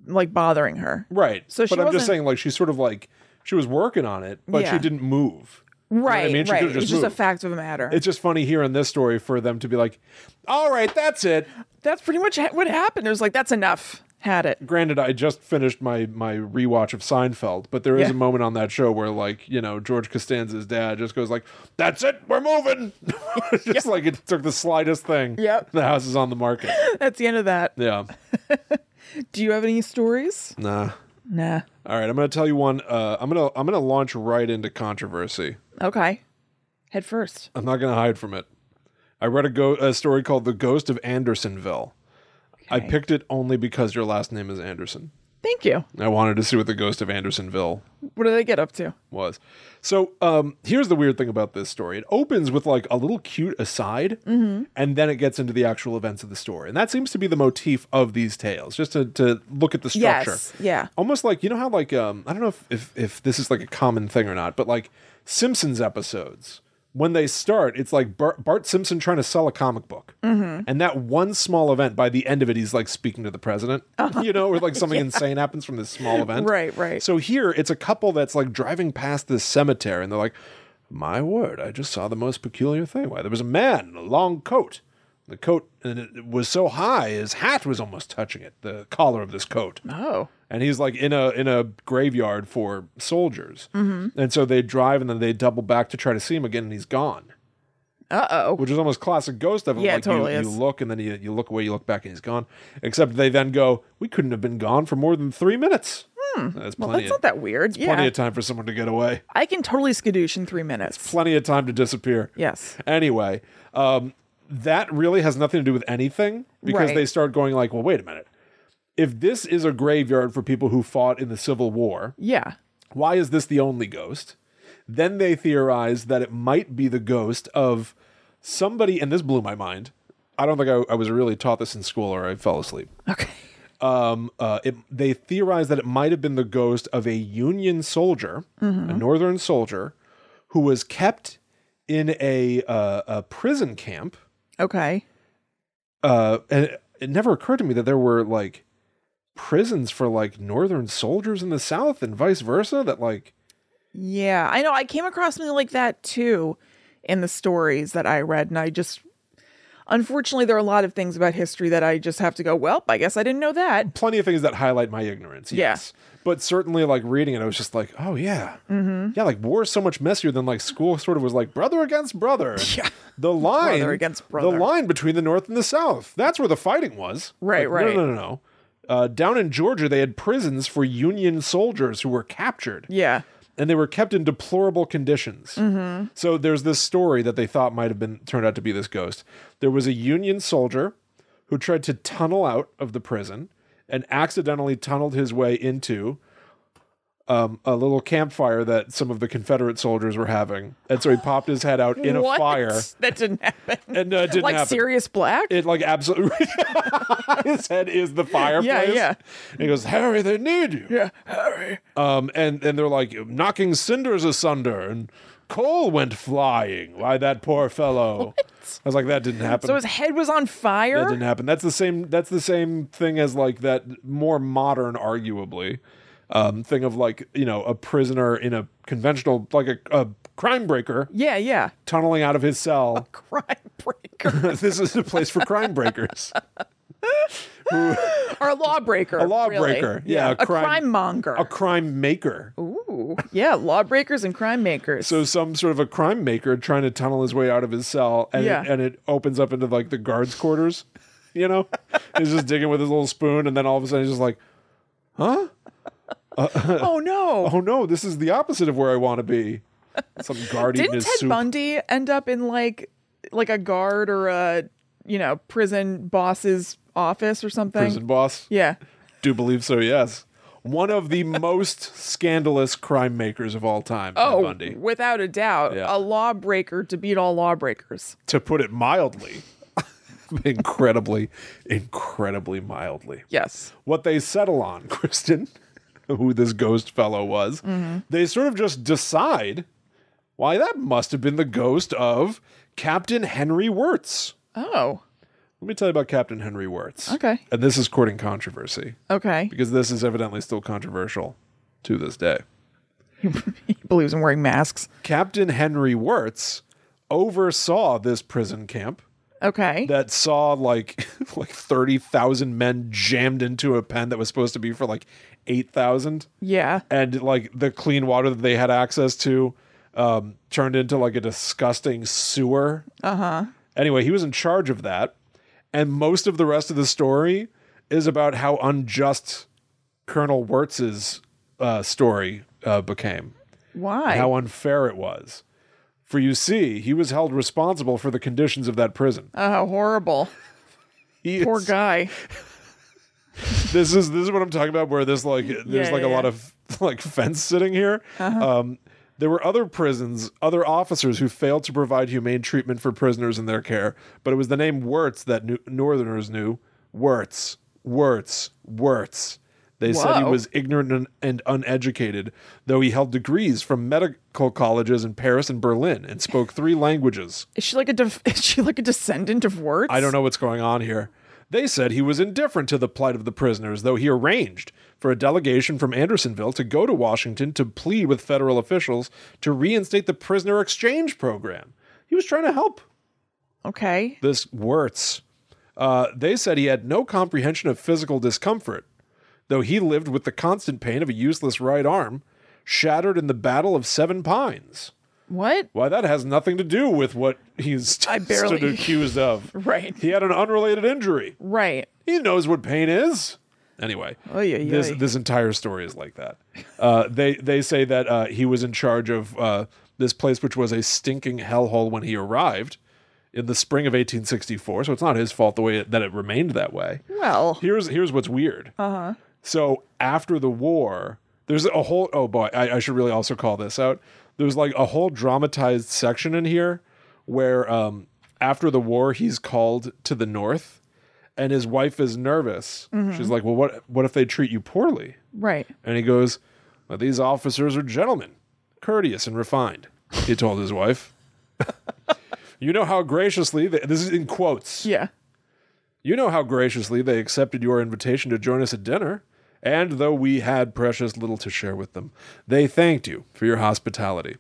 Speaker 1: like bothering her.
Speaker 2: right
Speaker 1: So she
Speaker 2: but i'm just
Speaker 1: wasn't-
Speaker 2: saying like she sort of like she was working on it but
Speaker 1: Yeah.
Speaker 2: she didn't move You know what
Speaker 1: Right,
Speaker 2: i mean she
Speaker 1: right.
Speaker 2: could've just
Speaker 1: it's just a
Speaker 2: moved.
Speaker 1: fact of the matter.
Speaker 2: it's just funny here in this story for them to be like all right that's it
Speaker 1: That's pretty much ha- what happened. It was like that's enough. Had it.
Speaker 2: granted i just finished my my rewatch of seinfeld but there is
Speaker 1: Yeah.
Speaker 2: a moment on that show where like you know george costanza's dad just goes like that's it we're moving just like it took the slightest thing
Speaker 1: Yep.
Speaker 2: the house is on the market
Speaker 1: That's the end of that.
Speaker 2: yeah
Speaker 1: Do you have any stories?
Speaker 2: nah
Speaker 1: Nah.
Speaker 2: all right i'm gonna tell you one uh i'm gonna i'm gonna launch right into controversy
Speaker 1: Okay. Head first.
Speaker 2: i'm not gonna hide from it i read a, go- a story called the ghost of andersonville i
Speaker 1: Okay.
Speaker 2: picked it only because your last name is anderson
Speaker 1: Thank you.
Speaker 2: i wanted to see what the ghost of andersonville
Speaker 1: What do they get up
Speaker 2: Oh,
Speaker 1: to?
Speaker 2: was. So um, here's the weird thing about this story. It opens with like a little cute aside, and then it gets into the actual events of the story. And that seems to be the motif of these tales, just to, to look at the structure.
Speaker 1: Yes. Yeah.
Speaker 2: Almost like you know how like um, I don't know if, if if this is like a common thing or not, but like Simpsons episodes. When they start, it's like Bar- Bart Simpson trying to sell a comic book,
Speaker 1: Mm-hmm.
Speaker 2: and that one small event. By the end of it, he's like speaking to the president, you know, or like something insane happens from this small event.
Speaker 1: Uh-huh. Right, right.
Speaker 2: So here it's a couple that's like driving past this cemetery and they're like, My word, I just saw the most peculiar thing. Why, there was a man in a long coat. The coat and it was so high, his hat was almost touching it, the collar of this coat.
Speaker 1: Oh.
Speaker 2: And he's like in a in a graveyard for soldiers. Mm-hmm. And so they drive and then they double back to try to see him again and he's gone.
Speaker 1: Uh oh.
Speaker 2: Which is almost classic ghost of him.
Speaker 1: Yeah, it
Speaker 2: like you-
Speaker 1: totally
Speaker 2: you,
Speaker 1: is.
Speaker 2: look and then you, you look away, you look back and he's gone. Except they then go, We couldn't have been gone for more than three minutes. That's plenty
Speaker 1: Hmm. Well, that's
Speaker 2: of-
Speaker 1: not that weird.
Speaker 2: Plenty
Speaker 1: Yeah.
Speaker 2: of time for someone to get away.
Speaker 1: I can totally skadoosh in three minutes.
Speaker 2: Plenty of time to disappear.
Speaker 1: Yes.
Speaker 2: Anyway, um, that really has nothing to do with anything because
Speaker 1: Right.
Speaker 2: they start going like, well, wait a minute. If this is a graveyard for people who fought in the Civil War,
Speaker 1: Yeah.
Speaker 2: why is this the only ghost? Then they theorize that it might be the ghost of somebody, and this blew my mind. I don't think I, I was really taught this in school or I fell asleep.
Speaker 1: Okay.
Speaker 2: um, uh, it, they theorized that it might have been the ghost of a Union soldier, a Northern soldier, who was kept in a uh, a prison camp.
Speaker 1: Okay.
Speaker 2: Uh, and it, it never occurred to me that there were like prisons for like Northern soldiers in the South and vice versa. That like
Speaker 1: Yeah. I know. I came across something like that too in the stories that I read. And I just, unfortunately, there are a lot of things about history that I just have to go, well, I guess I didn't know that.
Speaker 2: plenty of things that highlight my ignorance.
Speaker 1: Yeah.
Speaker 2: Yes. But certainly, like reading it, I was just like, "Oh yeah, mm-hmm. yeah." Like war is so much messier than like school. Sort of was like brother against brother.
Speaker 1: Yeah.
Speaker 2: The line
Speaker 1: against
Speaker 2: The
Speaker 1: brother.
Speaker 2: line between the north and the south. That's where the fighting was.
Speaker 1: Right,
Speaker 2: Like,
Speaker 1: right.
Speaker 2: No, no, no, no. Uh, down in Georgia, they had prisons for Union soldiers who were captured
Speaker 1: Yeah.
Speaker 2: and they were kept in deplorable conditions.
Speaker 1: Mm-hmm.
Speaker 2: So there's this story that they thought might have been turned out to be this ghost. There was a Union soldier who tried to tunnel out of the prison and accidentally tunneled his way into um, a little campfire that some of the Confederate soldiers were having, and so he popped his head out in a
Speaker 1: What?
Speaker 2: fire.
Speaker 1: That didn't happen.
Speaker 2: And uh, it didn't
Speaker 1: like
Speaker 2: happen.
Speaker 1: serious black?
Speaker 2: It like absolutely. his head is the fireplace.
Speaker 1: yeah.
Speaker 2: And he goes, Harry, they need you.
Speaker 1: yeah. Harry.
Speaker 2: Um, and and they're like knocking cinders asunder, and coal went flying. Why that poor fellow? I was like, that didn't happen.
Speaker 1: So his head was on fire?
Speaker 2: that didn't happen. That's the same. That's the same thing as like that more modern, arguably, um, thing of like you know a prisoner in a conventional like a, a crime breaker
Speaker 1: Yeah, yeah.
Speaker 2: tunneling out of his cell.
Speaker 1: Crime breaker.
Speaker 2: this is a place for crime breakers.
Speaker 1: or a lawbreaker. A
Speaker 2: lawbreaker. Yeah, a
Speaker 1: a
Speaker 2: crime-
Speaker 1: crime, monger.
Speaker 2: A crime maker.
Speaker 1: Ooh. Yeah, lawbreakers and crime makers.
Speaker 2: So some sort of a crime maker trying to tunnel his way out of his cell, and
Speaker 1: Yeah.
Speaker 2: it, and it opens up into like the guards' quarters. You know, he's just digging with his little spoon, and then all of a sudden he's just like,
Speaker 1: oh no.
Speaker 2: "Oh no, this is the opposite of where I want to be." Some guard eating
Speaker 1: Didn't
Speaker 2: his
Speaker 1: Ted
Speaker 2: soup.
Speaker 1: Bundy end up in like like a guard or a you know, prison boss's office or something?
Speaker 2: prison boss.
Speaker 1: Yeah.
Speaker 2: Do believe so? Yes. One of the most scandalous crime makers of all time, Ted
Speaker 1: Oh,
Speaker 2: Bundy,
Speaker 1: without a doubt,
Speaker 2: Yeah.
Speaker 1: a lawbreaker to beat all lawbreakers.
Speaker 2: to put it mildly. incredibly, incredibly mildly.
Speaker 1: Yes.
Speaker 2: What they settle on, Kristen, who this ghost fellow was, they sort of just decide why that must have been the ghost of Captain Henry Wirtz.
Speaker 1: Oh.
Speaker 2: Let me tell you about Captain Henry Wirtz.
Speaker 1: Okay.
Speaker 2: And this is courting controversy
Speaker 1: Okay.
Speaker 2: because this is evidently still controversial to this day.
Speaker 1: He believes in wearing masks.
Speaker 2: Captain Henry Wirtz oversaw this prison camp
Speaker 1: Okay.
Speaker 2: that saw like like 30,000 men jammed into a pen that was supposed to be for like 8,000
Speaker 1: yeah.
Speaker 2: and like the clean water that they had access to um, turned into like a disgusting sewer. Uh huh. Anyway, he was in charge of that, and most of the rest of the story is about how unjust Colonel Wirtz's uh, story uh, became,
Speaker 1: Why?
Speaker 2: how unfair it was. For you see, he was held responsible for the conditions of that prison.
Speaker 1: oh, how horrible.
Speaker 2: He
Speaker 1: Poor
Speaker 2: is-
Speaker 1: guy.
Speaker 2: this is this is what I'm talking about. Where there's like there's
Speaker 1: Yeah,
Speaker 2: like
Speaker 1: yeah,
Speaker 2: a lot
Speaker 1: yeah. Uh-huh.
Speaker 2: of like fence sitting here. Um, there were other prisons, other officers who failed to provide humane treatment for prisoners in their care, but it was the name Wirtz that new, Northerners knew. Wirtz, Wirtz, Wirtz. They said he
Speaker 1: Whoa.
Speaker 2: was ignorant and, and uneducated, though he held degrees from medical colleges in Paris and Berlin and spoke three languages.
Speaker 1: Is she like a def- is she like a descendant of Wirtz?
Speaker 2: I don't know what's going on here. They said he was indifferent to the plight of the prisoners, though he arranged for a delegation from Andersonville to go to Washington to plead with federal officials to reinstate the prisoner exchange program. He was trying to help
Speaker 1: Okay.
Speaker 2: this Wirtz. Uh, they said he had no comprehension of physical discomfort, though he lived with the constant pain of a useless right arm shattered in the Battle of Seven Pines.
Speaker 1: What?
Speaker 2: Why, that has nothing to do with what he's
Speaker 1: I barely-
Speaker 2: stood accused of.
Speaker 1: Right.
Speaker 2: He had an unrelated injury.
Speaker 1: Right.
Speaker 2: He knows what pain is. Anyway,
Speaker 1: Oy, oy,
Speaker 2: this
Speaker 1: oy.
Speaker 2: this entire story is like that. Uh, they they say that uh, he was in charge of uh, this place, which was a stinking hellhole when he arrived in the spring of 1864. So it's not his fault the way it, that it remained that way.
Speaker 1: Well.
Speaker 2: Here's here's what's weird. Uh huh. So after the war, there's a whole. Oh boy, I, I should really also call this out. There's like a whole dramatized section in here where um, after the war he's called to the north, and his wife is nervous. She's like, "Well, what what if they treat you poorly?"
Speaker 1: Right.
Speaker 2: And he goes, well, "These officers are gentlemen, courteous and refined," he told his wife. you know how graciously they, this is in quotes.
Speaker 1: Yeah.
Speaker 2: You know how graciously they accepted your invitation to join us at dinner, and though we had precious little to share with them, they thanked you for your hospitality.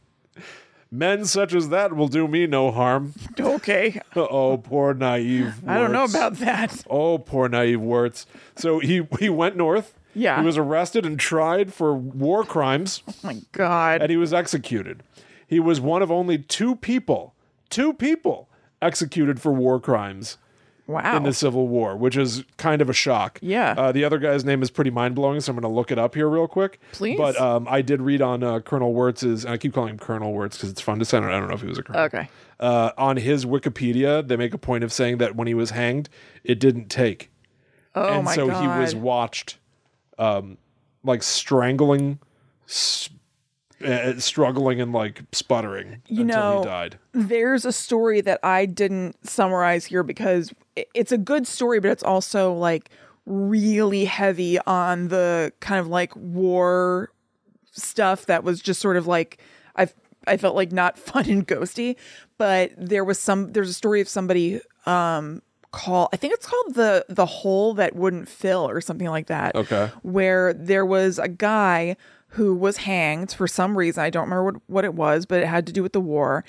Speaker 2: Men such as that will do me no harm.
Speaker 1: Okay.
Speaker 2: oh, poor naive.
Speaker 1: I don't know
Speaker 2: Wirtz.
Speaker 1: about that.
Speaker 2: Oh, poor naive Wirtz. So he he went north.
Speaker 1: Yeah.
Speaker 2: He was arrested and tried for war crimes,
Speaker 1: Oh my god.
Speaker 2: and he was executed. He was one of only two people, two people executed for war crimes
Speaker 1: Wow.
Speaker 2: in the Civil War, which is kind of a shock.
Speaker 1: Yeah.
Speaker 2: Uh, the other guy's name is pretty mind blowing, so I'm going to look it up here real quick.
Speaker 1: Please.
Speaker 2: But um, I did read on uh, Colonel Wirtz's, and I keep calling him Colonel Wirtz because it's fun to send it. I don't know if he was a colonel.
Speaker 1: okay.
Speaker 2: Uh, on his Wikipedia, they make a point of saying that when he was hanged, it didn't take.
Speaker 1: Oh
Speaker 2: and
Speaker 1: my
Speaker 2: so
Speaker 1: god.
Speaker 2: he was watched, um, like strangling, s- uh, struggling, and like sputtering
Speaker 1: You
Speaker 2: until
Speaker 1: know,
Speaker 2: he died.
Speaker 1: there's a story that I didn't summarize here because i- it's a good story, but it's also like really heavy on the kind of like war stuff that was just sort of like I I felt like not fun and ghosty. But there was some there's a story of somebody um call I think it's called the the hole that wouldn't fill or something like that
Speaker 2: Okay.
Speaker 1: where there was a guy who was hanged for some reason. I don't remember what, what it was, but it had to do with the war.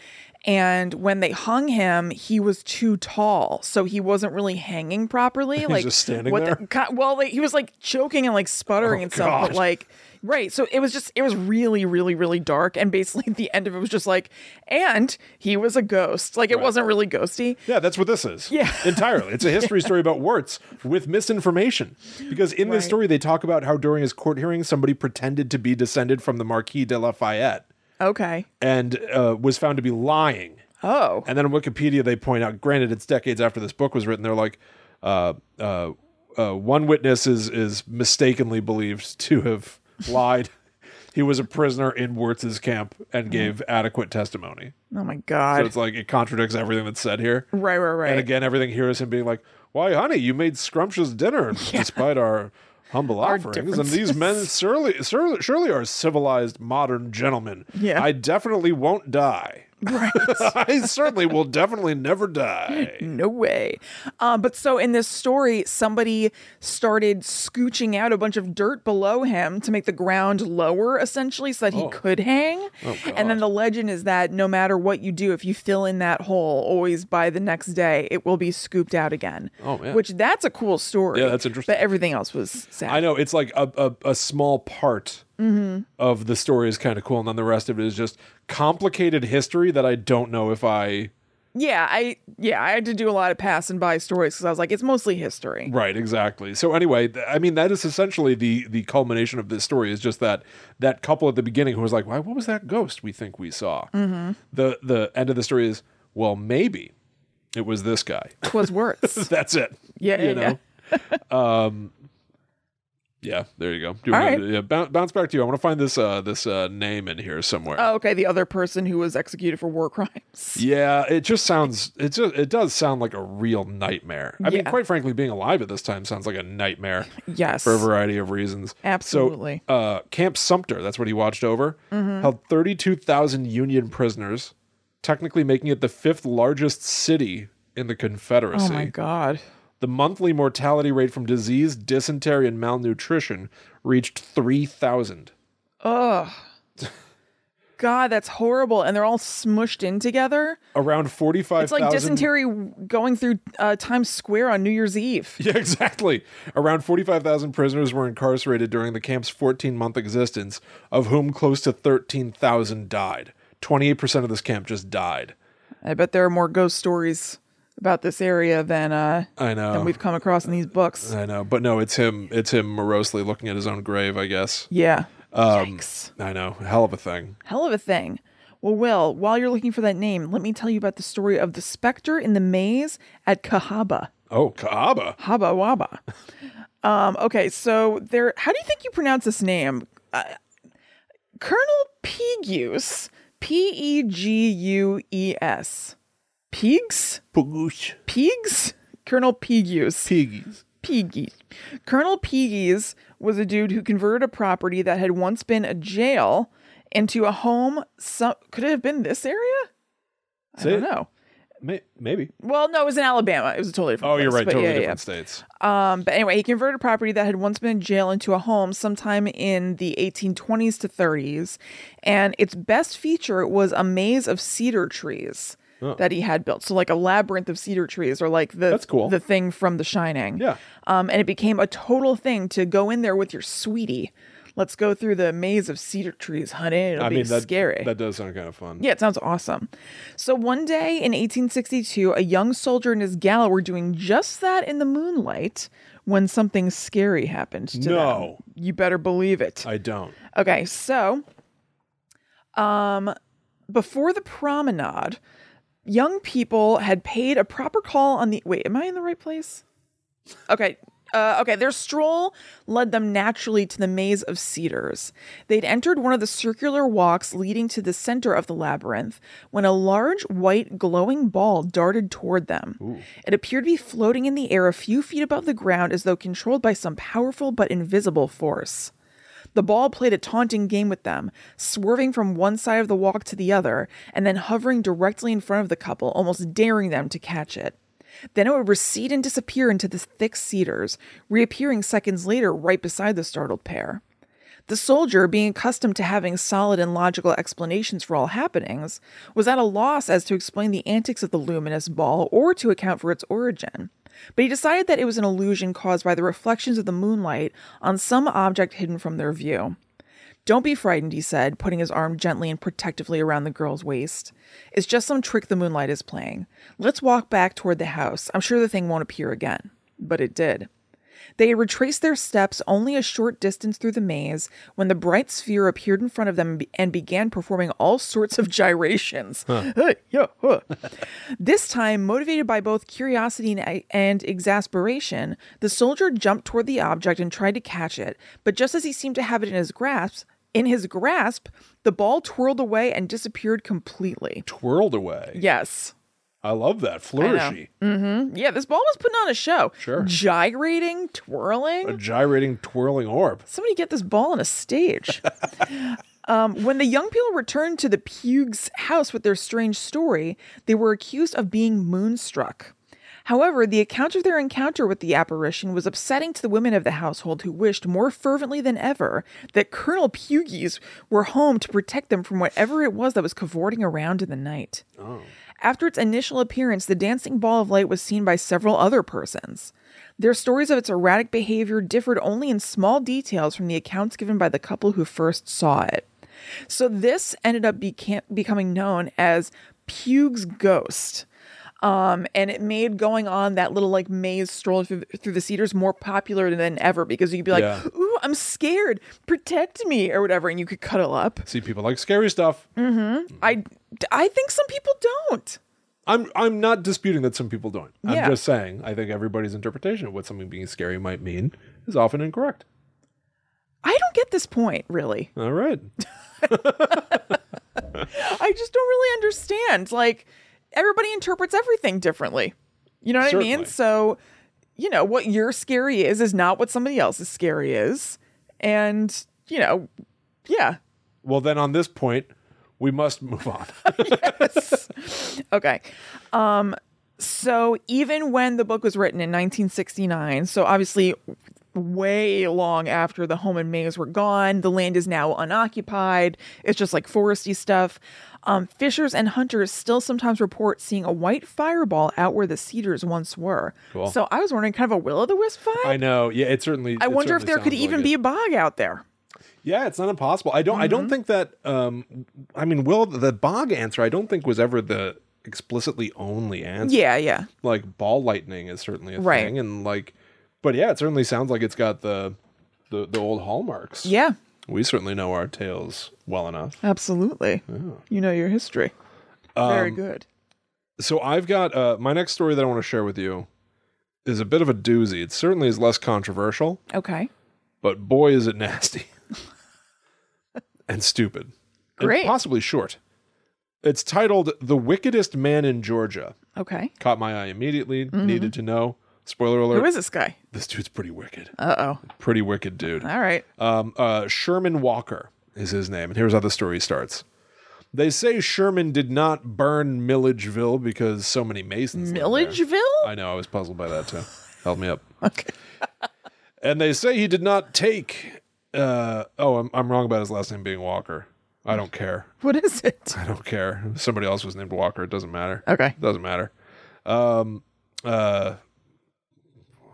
Speaker 1: And when they hung him, he was too tall, so he wasn't really hanging properly. like
Speaker 2: just standing
Speaker 1: what the-
Speaker 2: there?
Speaker 1: co- well, like, he was like choking and like sputtering and stuff.
Speaker 2: Oh, God.
Speaker 1: But like, right? So it was just it was really, really, really dark. And basically, the end of it was just like, and he was a ghost. Like it wasn't really ghosty.
Speaker 2: Yeah, that's what this is.
Speaker 1: Yeah.
Speaker 2: Entirely. It's a history story about Wirtz with misinformation. Because in this
Speaker 1: Right.
Speaker 2: story, they talk about how during his court hearing, somebody pretended to be descended from the Marquis de Lafayette
Speaker 1: Okay.
Speaker 2: and uh, was found to be lying.
Speaker 1: Oh,
Speaker 2: And then on Wikipedia, they point out, granted, it's decades after this book was written, they're like, uh, uh, uh, one witness is, is mistakenly believed to have lied. he was a prisoner in Wirtz's camp
Speaker 1: Mm-hmm.
Speaker 2: and gave adequate testimony.
Speaker 1: Oh my
Speaker 2: So
Speaker 1: god.
Speaker 2: it's like it contradicts everything that's said here.
Speaker 1: right, right, right.
Speaker 2: And again, everything here is him being like, "Why, honey, you made scrumptious dinner despite our humble offerings, and these men surely, surely, surely are civilized modern gentlemen.
Speaker 1: Yeah.
Speaker 2: I definitely won't die.
Speaker 1: right.
Speaker 2: I certainly will definitely never die.
Speaker 1: No way. Um, but so in this story, somebody started scooching out a bunch of dirt below him to make the ground lower, essentially, so that
Speaker 2: Oh.
Speaker 1: he could hang. and then the legend is that no matter what you do, if you fill in that hole, always by the next day, it will be scooped out again.
Speaker 2: Oh, yeah.
Speaker 1: Which that's a cool story.
Speaker 2: Yeah, that's interesting.
Speaker 1: But everything else was sad.
Speaker 2: I know it's like a a, a small part
Speaker 1: Mm-hmm.
Speaker 2: of the story is kind of cool, and then the rest of it is just complicated history that I don't know if I
Speaker 1: yeah, I yeah, I had to do a lot of pass and by stories because I was like, it's mostly history.
Speaker 2: Right, exactly. So anyway, th- I mean that is essentially the the culmination of this story is just that that couple at the beginning who was like, "Why? What was that ghost we think we saw?" Mm-hmm. The the end of the story is, well, maybe it was this guy.
Speaker 1: Twas words.
Speaker 2: That's it.
Speaker 1: Yeah,
Speaker 2: you
Speaker 1: yeah,
Speaker 2: know.
Speaker 1: yeah.
Speaker 2: um, yeah, there you go. Do you
Speaker 1: All
Speaker 2: wanna-
Speaker 1: right.
Speaker 2: yeah, bounce, bounce back to you. I want to find this uh this uh name in here somewhere.
Speaker 1: Oh, okay, the other person who was executed for war crimes.
Speaker 2: Yeah, it just sounds it just it does sound like a real nightmare. I mean,
Speaker 1: Yeah.
Speaker 2: quite frankly, being alive at this time sounds like a nightmare.
Speaker 1: Yes.
Speaker 2: for a variety of reasons.
Speaker 1: Absolutely. Mm-hmm.
Speaker 2: So, uh, Camp Sumter, that's what he watched over, held 32,000 Union prisoners, technically making it the fifth largest city in the Confederacy.
Speaker 1: Oh my god.
Speaker 2: The monthly mortality rate from disease, dysentery, and malnutrition reached 3,000.
Speaker 1: God, that's horrible. And they're all smushed in together.
Speaker 2: Around
Speaker 1: It's like
Speaker 2: 45,000.
Speaker 1: dysentery going through uh, Times Square on New Year's Eve.
Speaker 2: Yeah, exactly. Around 45,000 prisoners were incarcerated during the camp's 14 month existence, of whom close to 13,000 died. 28% of this camp just died.
Speaker 1: I bet there are more ghost stories about this area than uh,
Speaker 2: I know.
Speaker 1: than we've come across in these books.
Speaker 2: I know, but no, it's him. It's him morosely looking at his own grave. I guess.
Speaker 1: Yeah. Yikes.
Speaker 2: I know, hell of a thing.
Speaker 1: Hell of a thing. Well, Will, while you're looking for that name, let me tell you about the story of the specter in the maze at Cahaba.
Speaker 2: Oh, Kaaba.
Speaker 1: Haba Waba. um, okay, so there. How do you think you pronounce this name? Uh, Colonel Pegus. P E G U E S. Pigs?
Speaker 2: Pugush.
Speaker 1: Pigs? Colonel Pegus.
Speaker 2: Piggies.
Speaker 1: Peagy. Colonel Peagies was a dude who converted a property that had once been a jail into a home. Some, could it have been this area? I
Speaker 2: Say
Speaker 1: don't
Speaker 2: it.
Speaker 1: know.
Speaker 2: May- maybe.
Speaker 1: Well, no, it was in Alabama. It was a totally different
Speaker 2: Oh, you're
Speaker 1: place,
Speaker 2: right.
Speaker 1: but
Speaker 2: Totally
Speaker 1: yeah, yeah,
Speaker 2: different
Speaker 1: yeah.
Speaker 2: states.
Speaker 1: Um, but anyway, he converted property that had once been a jail into a home sometime in the 1820s to 30s. And its best feature was a maze of cedar trees that he had built. So, like a labyrinth of cedar trees, or like the,
Speaker 2: Oh. That's cool.
Speaker 1: the thing from The Shining.
Speaker 2: Yeah.
Speaker 1: Um, and it became a total thing to go in there with your sweetie. Let's go through the maze of cedar trees, honey. It'll
Speaker 2: I
Speaker 1: be
Speaker 2: mean, that,
Speaker 1: scary.
Speaker 2: That does sound kind of fun.
Speaker 1: Yeah, it sounds awesome. So one day in 1862, a young soldier and his gal were doing just that in the moonlight when something scary happened to them.
Speaker 2: No.
Speaker 1: You better believe it.
Speaker 2: I don't.
Speaker 1: Okay, so um before the promenade, young people had paid a proper call on the wait, am I in the right place? Okay. Uh, okay, their stroll led them naturally to the maze of cedars. They'd entered one of the circular walks leading to the center of the labyrinth when a large white glowing ball darted toward them. It appeared to be floating in the air a few feet above the ground as though controlled by some powerful but invisible force. The ball played a taunting game with them, swerving from one side of the walk to the other, and then hovering directly in front of the couple, almost daring them to catch it. Then it would recede and disappear into the thick cedars, reappearing seconds later right beside the startled pair. The soldier, being accustomed to having solid and logical explanations for all happenings, was at a loss as to explain the antics of the luminous ball or to account for its origin. But he decided that it was an illusion caused by the reflections of the moonlight on some object hidden from their view. Don't be frightened, he said, putting his arm gently and protectively around the girl's waist. It's just some trick the moonlight is playing. Let's walk back toward the house. I'm sure the thing won't appear again. But it did. They had retraced their steps only a short distance through the maze when the bright sphere appeared in front of them and began performing all sorts of gyrations. Hey, yeah, huh. this time, motivated by both curiosity and, and exasperation, the soldier jumped toward the object and tried to catch it, but just as he seemed to have it in his grasp, In his grasp, the ball twirled away and disappeared completely.
Speaker 2: Twirled away.
Speaker 1: Yes. Mm,
Speaker 2: I love that. Flourishy.
Speaker 1: Yeah, this ball was putting on a show.
Speaker 2: Sure.
Speaker 1: Gyrating,
Speaker 2: A
Speaker 1: twirling.
Speaker 2: gyrating, twirling orb.
Speaker 1: Somebody get this ball on a stage. um, when the young people returned to the Pugues' house with their strange story, they were accused of being moonstruck. However, the account of their encounter with the apparition was upsetting to the women of the household who wished more fervently than ever that Colonel Pugies were home to protect them from whatever it was that was cavorting around in the night. After its initial appearance, the dancing ball of light was seen by several other persons. Their stories of its erratic behavior differed only in small details from the accounts given by the couple who first saw it. So this ended up beca- becoming known as Pugh's Ghost. Um, and it made going on that little like maze stroll through, through the cedars more popular than ever because you could be like,
Speaker 2: Yeah.
Speaker 1: "Ooh, I'm scared, protect me" or whatever, and you could cuddle up.
Speaker 2: See, people like scary stuff.
Speaker 1: Mm. I, I think some people don't.
Speaker 2: I'm I'm not disputing that some people don't.
Speaker 1: Yeah.
Speaker 2: I'm just saying I think everybody's interpretation of what something being scary might mean is often incorrect.
Speaker 1: I don't get this point really.
Speaker 2: All right.
Speaker 1: I just don't really understand. Like everybody interprets everything differently. You know what I
Speaker 2: Certainly.
Speaker 1: mean? So, you know, what your scary is is not what somebody else's scary is. And, you know, yeah.
Speaker 2: Well, then on this point, we must move on.
Speaker 1: Okay. Um so even when the book was written in 1969, so obviously way long after the home and maze were gone, the land is now unoccupied. It's just like foresty stuff. Um, fishers and hunters still sometimes report seeing a white fireball out where the cedars once were.
Speaker 2: Cool.
Speaker 1: So I was wondering, kind of a will o' the wisp vibe. I,
Speaker 2: I know. Yeah, it certainly. it
Speaker 1: wonder if
Speaker 2: certainly
Speaker 1: there could
Speaker 2: sounds like
Speaker 1: even
Speaker 2: it.
Speaker 1: be Mm-hmm. a bog out there.
Speaker 2: Yeah, it's not impossible. I don't. I don't think that. Um, I mean, will the bog answer? I don't think was ever the explicitly only answer.
Speaker 1: Yeah, yeah,
Speaker 2: Like ball lightning is certainly a
Speaker 1: Right.
Speaker 2: thing, and like, but yeah, it certainly sounds like it's got the the, the old hallmarks.
Speaker 1: yeah.
Speaker 2: We certainly know our tales well enough.
Speaker 1: Absolutely.
Speaker 2: Oh.
Speaker 1: You know your history. Very good.
Speaker 2: Um, So I've got uh, my next story that I want to share with you is a bit of a doozy. It certainly is less controversial,
Speaker 1: Okay.
Speaker 2: but boy is it nasty and stupid. and
Speaker 1: Great.
Speaker 2: possibly short. It's titled "The Wickedest Man in Georgia."
Speaker 1: Okay.
Speaker 2: Caught my eye immediately. Needed to know. Spoiler alert:
Speaker 1: Mm-hmm. Who is this guy?
Speaker 2: This dude's pretty wicked.
Speaker 1: Uh oh.
Speaker 2: Pretty wicked dude.
Speaker 1: All right.
Speaker 2: Um, uh, Sherman Walker is his name, and here's how the story starts. They say Sherman did not burn Milledgeville because so many Masons. lived there.
Speaker 1: Milledgeville?
Speaker 2: I know. I was puzzled by that too. Help me up.
Speaker 1: Okay.
Speaker 2: And they say he did not take. Uh, oh, I'm, I'm wrong about his last name being Walker. I don't care.
Speaker 1: What is it?
Speaker 2: I don't care. If somebody else was named Walker. It doesn't matter.
Speaker 1: Okay.
Speaker 2: It doesn't matter. Um, uh,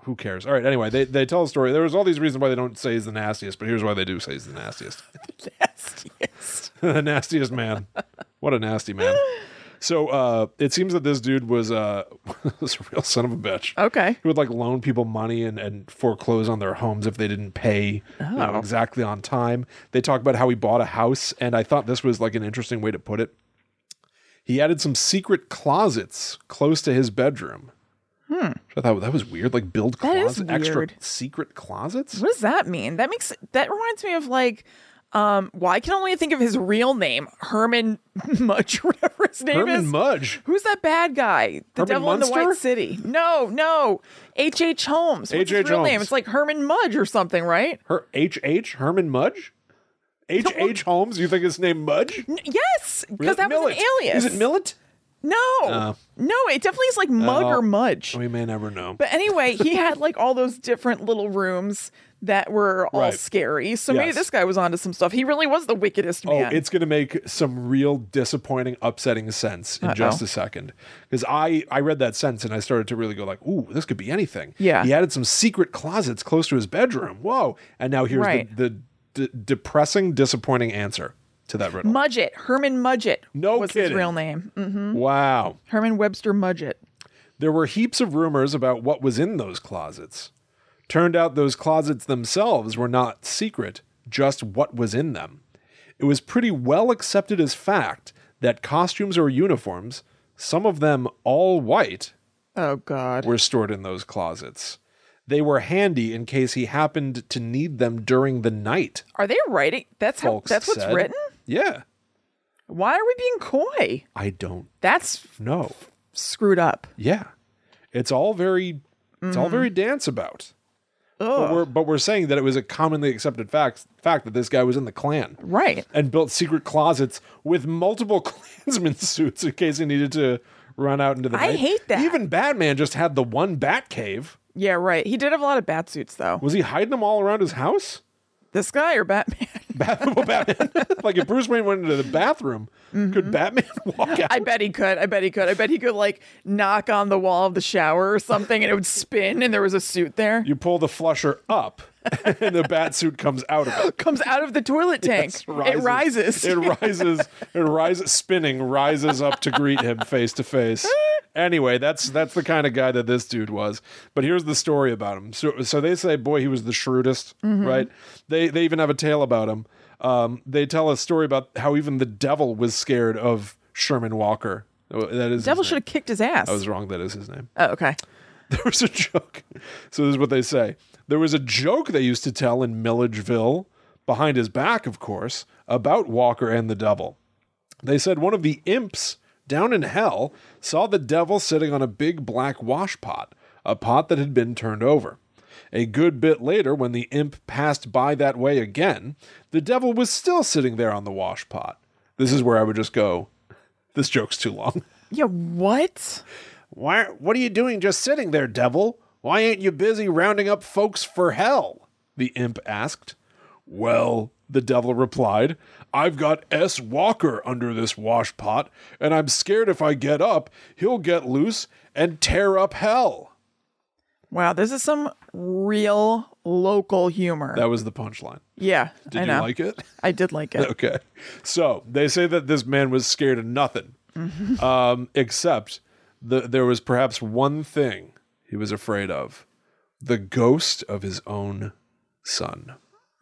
Speaker 2: who cares? All right. Anyway, they, they tell a story. There was all these reasons why they don't say he's the nastiest, but here's why they do say he's the nastiest.
Speaker 1: Nastiest.
Speaker 2: the nastiest man. What a nasty man. So uh, it seems that this dude was, uh, was a real son of a bitch.
Speaker 1: Okay.
Speaker 2: He would like loan people money and, and foreclose on their homes if they didn't pay you know,
Speaker 1: Oh.
Speaker 2: exactly on time. They talk about how he bought a house, and I thought this was like an interesting way to put it. He added some secret closets close to his bedroom. Hmm. I thought that was weird. Like build
Speaker 1: That is
Speaker 2: closets, extra
Speaker 1: weird.
Speaker 2: secret closets.
Speaker 1: What does that mean? That makes that reminds me of like um well, I can only think of his real name, Herman Mudge, whatever his name
Speaker 2: Herman
Speaker 1: is.
Speaker 2: Mudge.
Speaker 1: Who's that bad guy? The
Speaker 2: Herman
Speaker 1: devil in the
Speaker 2: Munster?
Speaker 1: White City. No, no. H. H. Holmes. What's his
Speaker 2: H.H.
Speaker 1: real name?
Speaker 2: Holmes.
Speaker 1: It's like Herman Mudge or something, right?
Speaker 2: Her H H Herman Mudge. H H Holmes. You think his name Mudge?
Speaker 1: N- yes, because that was
Speaker 2: Millet.
Speaker 1: an alias.
Speaker 2: Is it Uh. Millet?
Speaker 1: No. no, it definitely is like Mug
Speaker 2: well.
Speaker 1: or Mudge.
Speaker 2: We may never know.
Speaker 1: But anyway, he had like all those different little rooms that were all
Speaker 2: Right.
Speaker 1: scary. So maybe
Speaker 2: Yes.
Speaker 1: this guy was onto some stuff. He really was the wickedest
Speaker 2: Oh,
Speaker 1: man.
Speaker 2: it's going to make some real disappointing, upsetting sense in just a second. Because I, I read that sentence and I started to really go like, ooh, this could be anything.
Speaker 1: Yeah.
Speaker 2: He added some secret closets close to his bedroom. Whoa. And now here's
Speaker 1: Right.
Speaker 2: the, the d- depressing, disappointing answer to that riddle.
Speaker 1: Mudgett, Herman Mudgett
Speaker 2: No
Speaker 1: was his
Speaker 2: kidding.
Speaker 1: real name. Mm,
Speaker 2: Wow.
Speaker 1: Herman Webster Mudgett.
Speaker 2: There were heaps of rumors about what was in those closets. Turned out those closets themselves were not secret, just what was in them. It was pretty well accepted as fact that costumes or uniforms, some of them all white,
Speaker 1: Oh God.
Speaker 2: were stored in those closets. They were handy in case he happened to need them during the night.
Speaker 1: Are they writing? That's how.
Speaker 2: Folks
Speaker 1: Oh, that's what's
Speaker 2: said.
Speaker 1: written.
Speaker 2: Yeah,
Speaker 1: Why are we being coy?
Speaker 2: I don't
Speaker 1: That's
Speaker 2: know.
Speaker 1: screwed up.
Speaker 2: Yeah, it's all very, it's all very dance about. But we're but we're saying that it was a commonly accepted fact fact that this guy was in the Klan.
Speaker 1: Right.
Speaker 2: and built secret closets with multiple Klansman suits in case he needed to run out into the
Speaker 1: I
Speaker 2: night.
Speaker 1: hate that.
Speaker 2: Even Batman just had the one bat cave.
Speaker 1: Yeah. Right. He did have a lot of bat suits though.
Speaker 2: Was he hiding them all around his house?
Speaker 1: This guy or Batman?
Speaker 2: Bat- well, Batman. like if Bruce Wayne went into the bathroom, could Batman walk out?
Speaker 1: Mm-hmm. I bet he could. I bet he could. I bet he could like knock on the wall of the shower or something, and it would spin, and there was a suit there.
Speaker 2: you pull the flusher up, and the bat suit comes out of it.
Speaker 1: Comes out of the toilet tank.
Speaker 2: Yes,
Speaker 1: It rises.
Speaker 2: It rises. It rises. Spinning rises up to greet him face to face. Anyway, that's that's the kind of guy that this dude was. But here's the story about him. So so they say, boy, he was the shrewdest,
Speaker 1: Mm-hmm.
Speaker 2: right? They they even have a tale about him. Um, they tell a story about how even the devil was scared of Sherman Walker. Oh, That is his
Speaker 1: Devil
Speaker 2: name.
Speaker 1: should have kicked his ass.
Speaker 2: I was wrong. That is his name
Speaker 1: oh, okay.
Speaker 2: there was a joke. So this is what they say. There was a joke they used to tell in Milledgeville, behind his back, of course, about Walker and the devil. They said one of the imps down in hell saw the devil sitting on a big black washpot, a pot that had been turned over. A good bit later, when the imp passed by that way again, the devil was still sitting there on the washpot. This is where I would just go, this joke's too long.
Speaker 1: Yeah. What?
Speaker 2: Why? What are you doing just sitting there, devil? Why ain't you busy rounding up folks for hell? The imp asked. Well, the devil replied, I've got S. Walker under this washpot, and I'm scared if I get up, he'll get loose and tear up hell.
Speaker 1: Wow. This is some real local humor.
Speaker 2: That was the punchline.
Speaker 1: yeah.
Speaker 2: Did
Speaker 1: I
Speaker 2: you
Speaker 1: know.
Speaker 2: like it?
Speaker 1: I did like it.
Speaker 2: Okay. So they say that this man was scared of nothing, um, except the, there was perhaps one thing he was afraid of the ghost of his own son.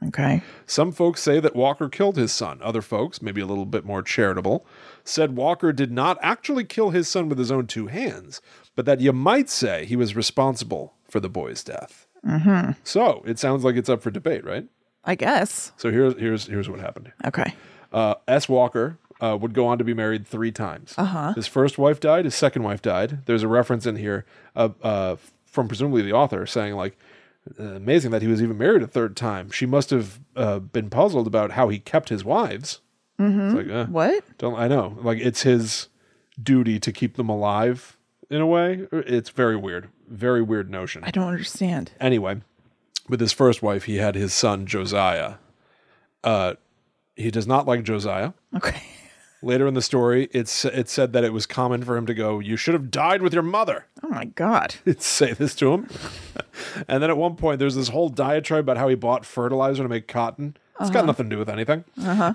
Speaker 1: Okay.
Speaker 2: Some folks say that Walker killed his son. Other folks, maybe a little bit more charitable, said Walker did not actually kill his son with his own two hands, but that you might say he was responsible for the boy's death. Mm-hmm. So it sounds like it's up for debate, right?
Speaker 1: I guess.
Speaker 2: So here's here's here's what happened.
Speaker 1: Okay.
Speaker 2: Uh, S. Walker uh, would go on to be married three times. Uh-huh. His first wife died. His second wife died. There's a reference in here uh, uh, from presumably the author saying like, uh, amazing that he was even married a third time. She must have uh, been puzzled about how he kept his wives. It's like, uh,
Speaker 1: What?
Speaker 2: don't I know? Like it's his duty to keep them alive in a way. It's very weird. Very weird notion
Speaker 1: I don't understand.
Speaker 2: anyway, with his first wife, he had his son Josiah. Uh, he does not like Josiah.
Speaker 1: Okay.
Speaker 2: Later in the story, it's it said that it was common for him to go, "You should have died with your mother."
Speaker 1: Oh my God.
Speaker 2: say this to him. and then at one point, there's this whole diatribe about how he bought fertilizer to make cotton. It's got nothing to do with anything.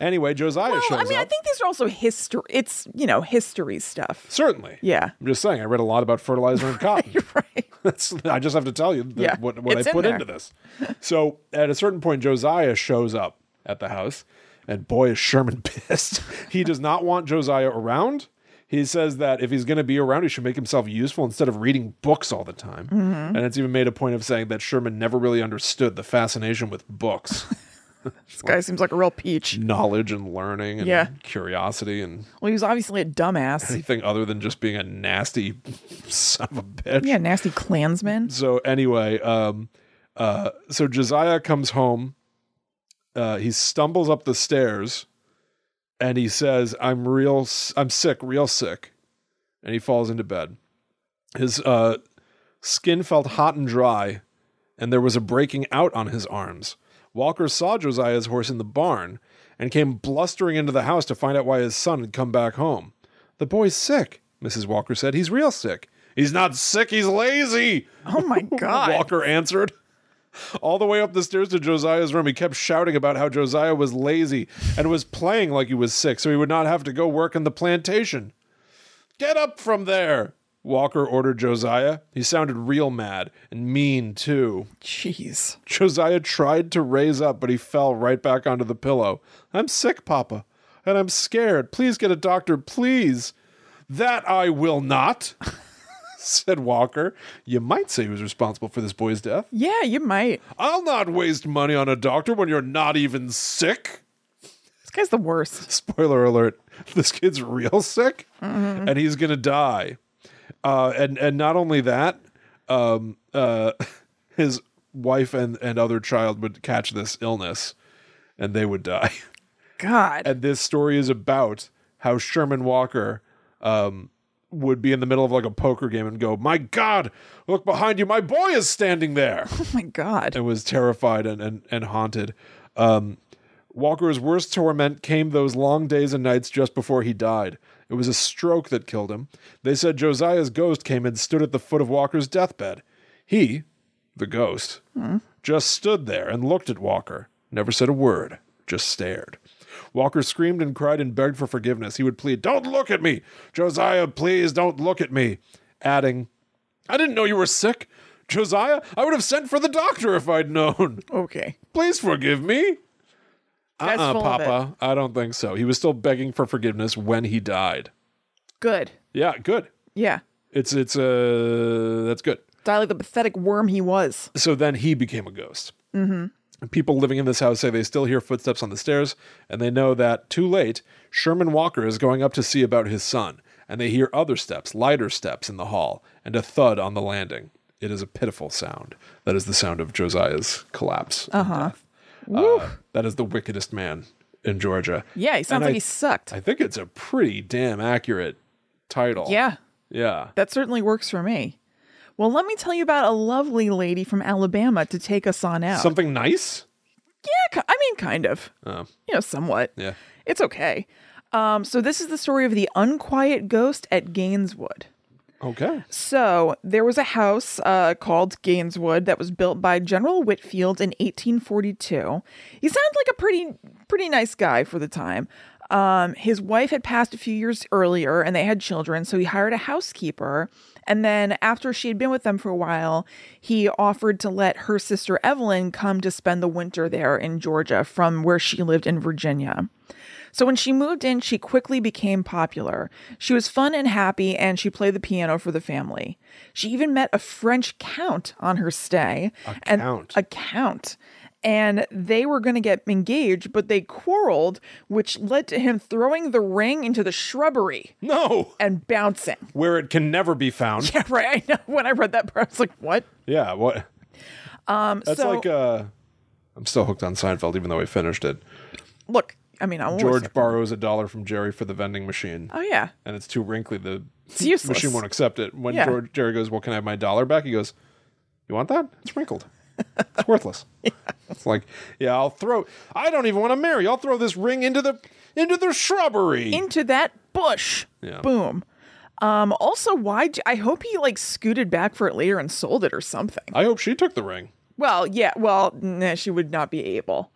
Speaker 2: Anyway, Josiah
Speaker 1: Uh-huh. Well,
Speaker 2: shows
Speaker 1: I mean, I
Speaker 2: up.
Speaker 1: think these are also history. It's, you know, history stuff.
Speaker 2: Certainly.
Speaker 1: Yeah.
Speaker 2: I'm just saying, I read a lot about fertilizer and cotton.
Speaker 1: Right.
Speaker 2: That's, I just have to tell you the,
Speaker 1: Yeah,
Speaker 2: what, what I
Speaker 1: it's in
Speaker 2: put
Speaker 1: there.
Speaker 2: into this. So at a certain point, Josiah shows up at the house, and boy, is Sherman pissed. he does not want Josiah around. He says that if he's going to be around, he should make himself useful instead of reading books all the time.
Speaker 1: Mm-hmm.
Speaker 2: And it's even made a point of saying that Sherman never really understood the fascination with books,
Speaker 1: This guy seems like a real peach.
Speaker 2: knowledge and learning and
Speaker 1: Yeah.
Speaker 2: curiosity and
Speaker 1: Well, he was obviously a dumbass.
Speaker 2: anything other than just being a nasty son of a bitch.
Speaker 1: Yeah, nasty Klansman.
Speaker 2: so anyway, um, uh, so Josiah comes home. Uh, he stumbles up the stairs, and he says, "I'm real. s- I'm sick. Real sick." And he falls into bed. His uh, skin felt hot and dry, and there was a breaking out on his arms. Walker saw Josiah's horse in the barn and came blustering into the house to find out why his son had come back home. The boy's sick, Mrs. Walker said. He's real sick. He's not sick, he's lazy.
Speaker 1: Oh my God.
Speaker 2: Walker answered. All the way up the stairs to Josiah's room, he kept shouting about how Josiah was lazy and was playing like he was sick, so he would not have to go work in the plantation. Get up from there, Walker ordered Josiah. He sounded real mad and mean, too.
Speaker 1: Jeez.
Speaker 2: Josiah tried to raise up, but he fell right back onto the pillow. I'm sick, Papa, and I'm scared. Please get a doctor, please. That I will not, said Walker. You might say he was responsible for this boy's death.
Speaker 1: Yeah, you might.
Speaker 2: I'll not waste money on a doctor when you're not even sick.
Speaker 1: This guy's the worst.
Speaker 2: Spoiler alert: this kid's real sick, and he's gonna die. Uh, and and not only that, um, uh, his wife and and other child would catch this illness, and they would die.
Speaker 1: God.
Speaker 2: And this story is about how Sherman Walker um, would be in the middle of like a poker game and go, "My God, look behind you! My boy is standing there."
Speaker 1: oh my God.
Speaker 2: and was terrified and and, and haunted. Um, Walker's worst torment came those long days and nights just before he died. It was a stroke that killed him. They said Josiah's ghost came and stood at the foot of Walker's deathbed. He, the ghost, just stood there and looked at Walker, never said a word, just stared. Walker screamed and cried and begged for forgiveness. He would plead, Don't look at me! Josiah, please don't look at me! Adding, I didn't know you were sick. Josiah, I would have sent for the doctor if I'd known.
Speaker 1: Okay.
Speaker 2: Please forgive me. Uh
Speaker 1: Guy's
Speaker 2: uh
Speaker 1: full of it.
Speaker 2: Papa. I don't think so. He was still begging for forgiveness when he died.
Speaker 1: Good.
Speaker 2: Yeah, good.
Speaker 1: Yeah.
Speaker 2: It's it's uh that's good.
Speaker 1: Die like the pathetic worm he was.
Speaker 2: So then he became a ghost. Mm-hmm. People living in this house say they still hear footsteps on the stairs, and they know that too late, Sherman Walker is going up to see about his son, and they hear other steps, lighter steps in the hall, and a thud on the landing. It is a pitiful sound. That is the sound of Josiah's collapse. and
Speaker 1: Uh-huh.
Speaker 2: death. Uh, that is the wickedest man in Georgia.
Speaker 1: Yeah, he sounds
Speaker 2: And
Speaker 1: like
Speaker 2: I-
Speaker 1: he sucked.
Speaker 2: I think it's a pretty damn accurate title.
Speaker 1: yeah.
Speaker 2: Yeah.
Speaker 1: That certainly works for me. Well, let me tell you about a lovely lady from Alabama to take us on out.
Speaker 2: Something nice?
Speaker 1: yeah, ki- I mean, kind of.
Speaker 2: Oh.
Speaker 1: You know, somewhat.
Speaker 2: Yeah.
Speaker 1: It's okay. Um, so, this is the story of the unquiet ghost at Gaineswood.
Speaker 2: Okay.
Speaker 1: So there was a house uh, called Gaineswood that was built by General Whitfield in 1842. He sounds like a pretty pretty nice guy for the time. Um, his wife had passed a few years earlier, and they had children. So he hired a housekeeper, and then after she had been with them for a while, he offered to let her sister Evelyn come to spend the winter there in Georgia, from where she lived in Virginia. So when she moved in, she quickly became popular. She was fun and happy, and she played the piano for the family. She even met a French count on her stay. A
Speaker 2: count.
Speaker 1: A count. And they were going to get engaged, but they quarreled, which led to him throwing the ring into the shrubbery
Speaker 2: No.
Speaker 1: and bouncing.
Speaker 2: Where it can never be found.
Speaker 1: Yeah, right. I know. When I read that part, I was like, what?
Speaker 2: Yeah, what?
Speaker 1: Um,
Speaker 2: That's
Speaker 1: so,
Speaker 2: like uh I'm still hooked on Seinfeld even though I finished it.
Speaker 1: look, I mean, I'm always-
Speaker 2: George borrows a dollar from Jerry for the vending machine
Speaker 1: Oh, yeah.
Speaker 2: and it's too wrinkly the
Speaker 1: It's useless.
Speaker 2: machine won't accept it. When
Speaker 1: Yeah.
Speaker 2: George Jerry goes, "Well, can I have my dollar back?" He goes, "You want that? It's wrinkled. It's worthless." It's like, "Yeah, I'll throw I don't even want to marry. I'll throw this ring into the into the shrubbery."
Speaker 1: into that bush.
Speaker 2: Yeah.
Speaker 1: Boom. Um, also, why? j- I hope he like scooted back for it later and sold it or something.
Speaker 2: I hope she took the ring.
Speaker 1: Well, yeah. Well, nah, she would not be able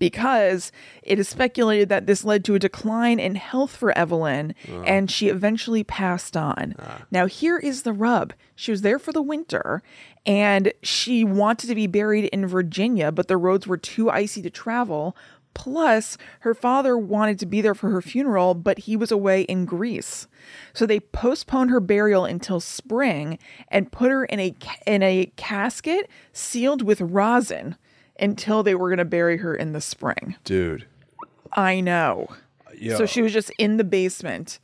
Speaker 1: because it is speculated that this led to a decline in health for Evelyn, and she eventually passed on. Now, here is the rub: she was there for the winter, and she wanted to be buried in Virginia, but the roads were too icy to travel. Plus, her father wanted to be there for her funeral, but he was away in Greece. So they postponed her burial until spring and put her in a ca- in a casket sealed with rosin until they were going to bury her in the spring.
Speaker 2: Dude.
Speaker 1: I know.
Speaker 2: Yeah.
Speaker 1: So she was just in the basement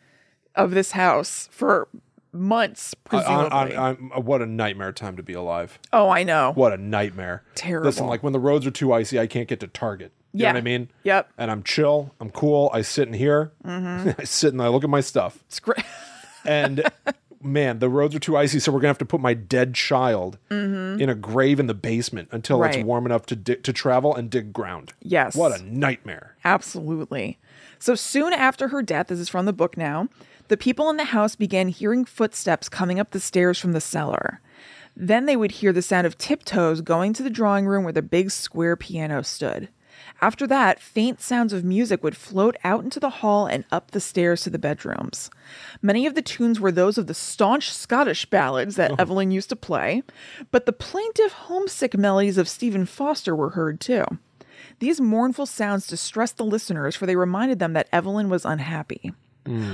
Speaker 1: of this house for months presumably.
Speaker 2: on, on, on, what a nightmare time to be alive.
Speaker 1: oh, I know.
Speaker 2: What a nightmare.
Speaker 1: Terrible.
Speaker 2: Listen, like when the roads are too icy, I can't get to Target. You
Speaker 1: Yeah.
Speaker 2: know what I mean?
Speaker 1: Yep. Mm-hmm.
Speaker 2: And I'm chill. I'm cool. I sit in here. I sit and I look at my stuff.
Speaker 1: It's great.
Speaker 2: And man, the roads are too icy, so we're gonna have to put my dead child in a grave in the basement until
Speaker 1: Mm-hmm. Right.
Speaker 2: it's warm enough to di- to travel and dig ground.
Speaker 1: Yes.
Speaker 2: What a nightmare.
Speaker 1: Absolutely. So soon after her death, this is from the book now, the people in the house began hearing footsteps coming up the stairs from the cellar. Then they would hear the sound of tiptoes going to the drawing room where the big square piano stood. After that, faint sounds of music would float out into the hall and up the stairs to the bedrooms. Many of the tunes were those of the staunch Scottish ballads that Evelyn used to play, but the plaintive, homesick melodies of Stephen Foster were heard too. These mournful sounds distressed the listeners, for they reminded them that Evelyn was unhappy.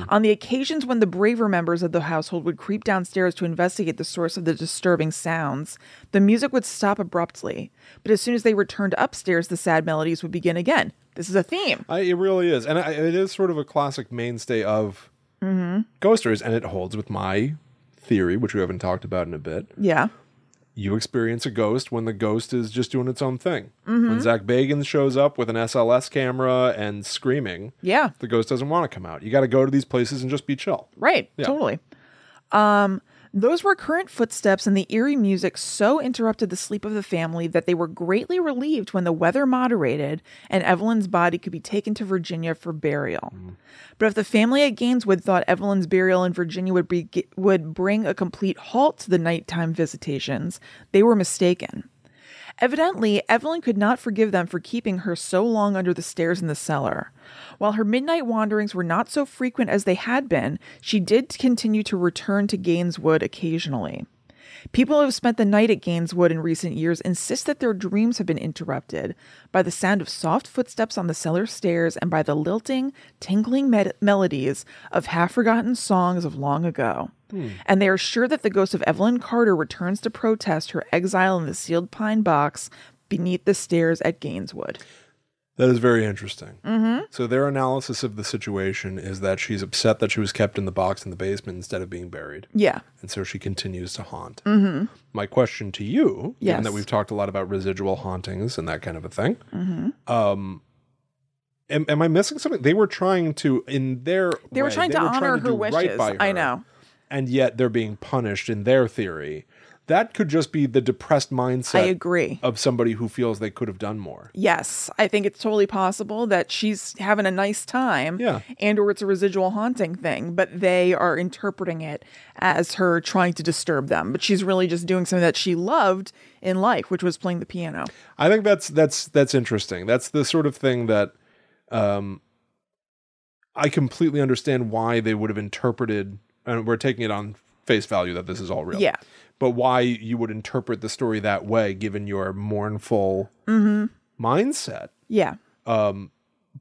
Speaker 1: On the occasions when the braver members of the household would creep downstairs to investigate the source of the disturbing sounds, the music would stop abruptly. But as soon as they returned upstairs, the sad melodies would begin again. This is a theme.
Speaker 2: I, it really is, and I, it is sort of a classic mainstay of
Speaker 1: Mm-hmm.
Speaker 2: ghost stories, and it holds with my theory, which we haven't talked about in a bit.
Speaker 1: Yeah.
Speaker 2: You experience a ghost when the ghost is just doing its own thing. When Zach Bagans shows up with an SLS camera and screaming,
Speaker 1: Yeah.
Speaker 2: the ghost doesn't want to come out. You got to go to these places and just be chill.
Speaker 1: Right. Totally. Um, those recurrent footsteps and the eerie music so interrupted the sleep of the family that they were greatly relieved when the weather moderated and Evelyn's body could be taken to Virginia for burial. But if the family at Gaineswood thought Evelyn's burial in Virginia would be would bring a complete halt to the nighttime visitations, they were mistaken. Evidently, Evelyn could not forgive them for keeping her so long under the stairs in the cellar. While her midnight wanderings were not so frequent as they had been, she did continue to return to Gaineswood occasionally. People who have spent the night at Gaineswood in recent years insist that their dreams have been interrupted by the sound of soft footsteps on the cellar stairs and by the lilting, tingling med- melodies of half forgotten songs of long ago. And they are sure that the ghost of Evelyn Carter returns to protest her exile in the sealed pine box beneath the stairs at Gaineswood.
Speaker 2: That is very interesting. Mm-hmm. So their analysis of the situation is that she's upset that she was kept in the box in the basement instead of being buried,
Speaker 1: Yeah.
Speaker 2: and so she continues to haunt. Mm-hmm. My question to you,
Speaker 1: Yes.
Speaker 2: given that we've talked a lot about residual hauntings and that kind of a thing, um,
Speaker 1: Mm-hmm.
Speaker 2: am, am I missing something? They were trying to, in their
Speaker 1: They were
Speaker 2: way,
Speaker 1: trying to honor her
Speaker 2: do
Speaker 1: wishes. I know.
Speaker 2: and yet they're being punished in their theory. That could just be the depressed mindset
Speaker 1: I agree.
Speaker 2: of somebody who feels they could have done more.
Speaker 1: Yes, I think it's totally possible that she's having a nice time
Speaker 2: Yeah.
Speaker 1: and or it's a residual haunting thing, but they are interpreting it as her trying to disturb them, but she's really just doing something that she loved in life, which was playing the piano.
Speaker 2: I think that's that's that's interesting. That's the sort of thing that um I completely understand why they would have interpreted and we're taking it on face value that this is all real.
Speaker 1: Yeah.
Speaker 2: But why you would interpret the story that way given your mournful
Speaker 1: Mm-hmm.
Speaker 2: mindset.
Speaker 1: Yeah.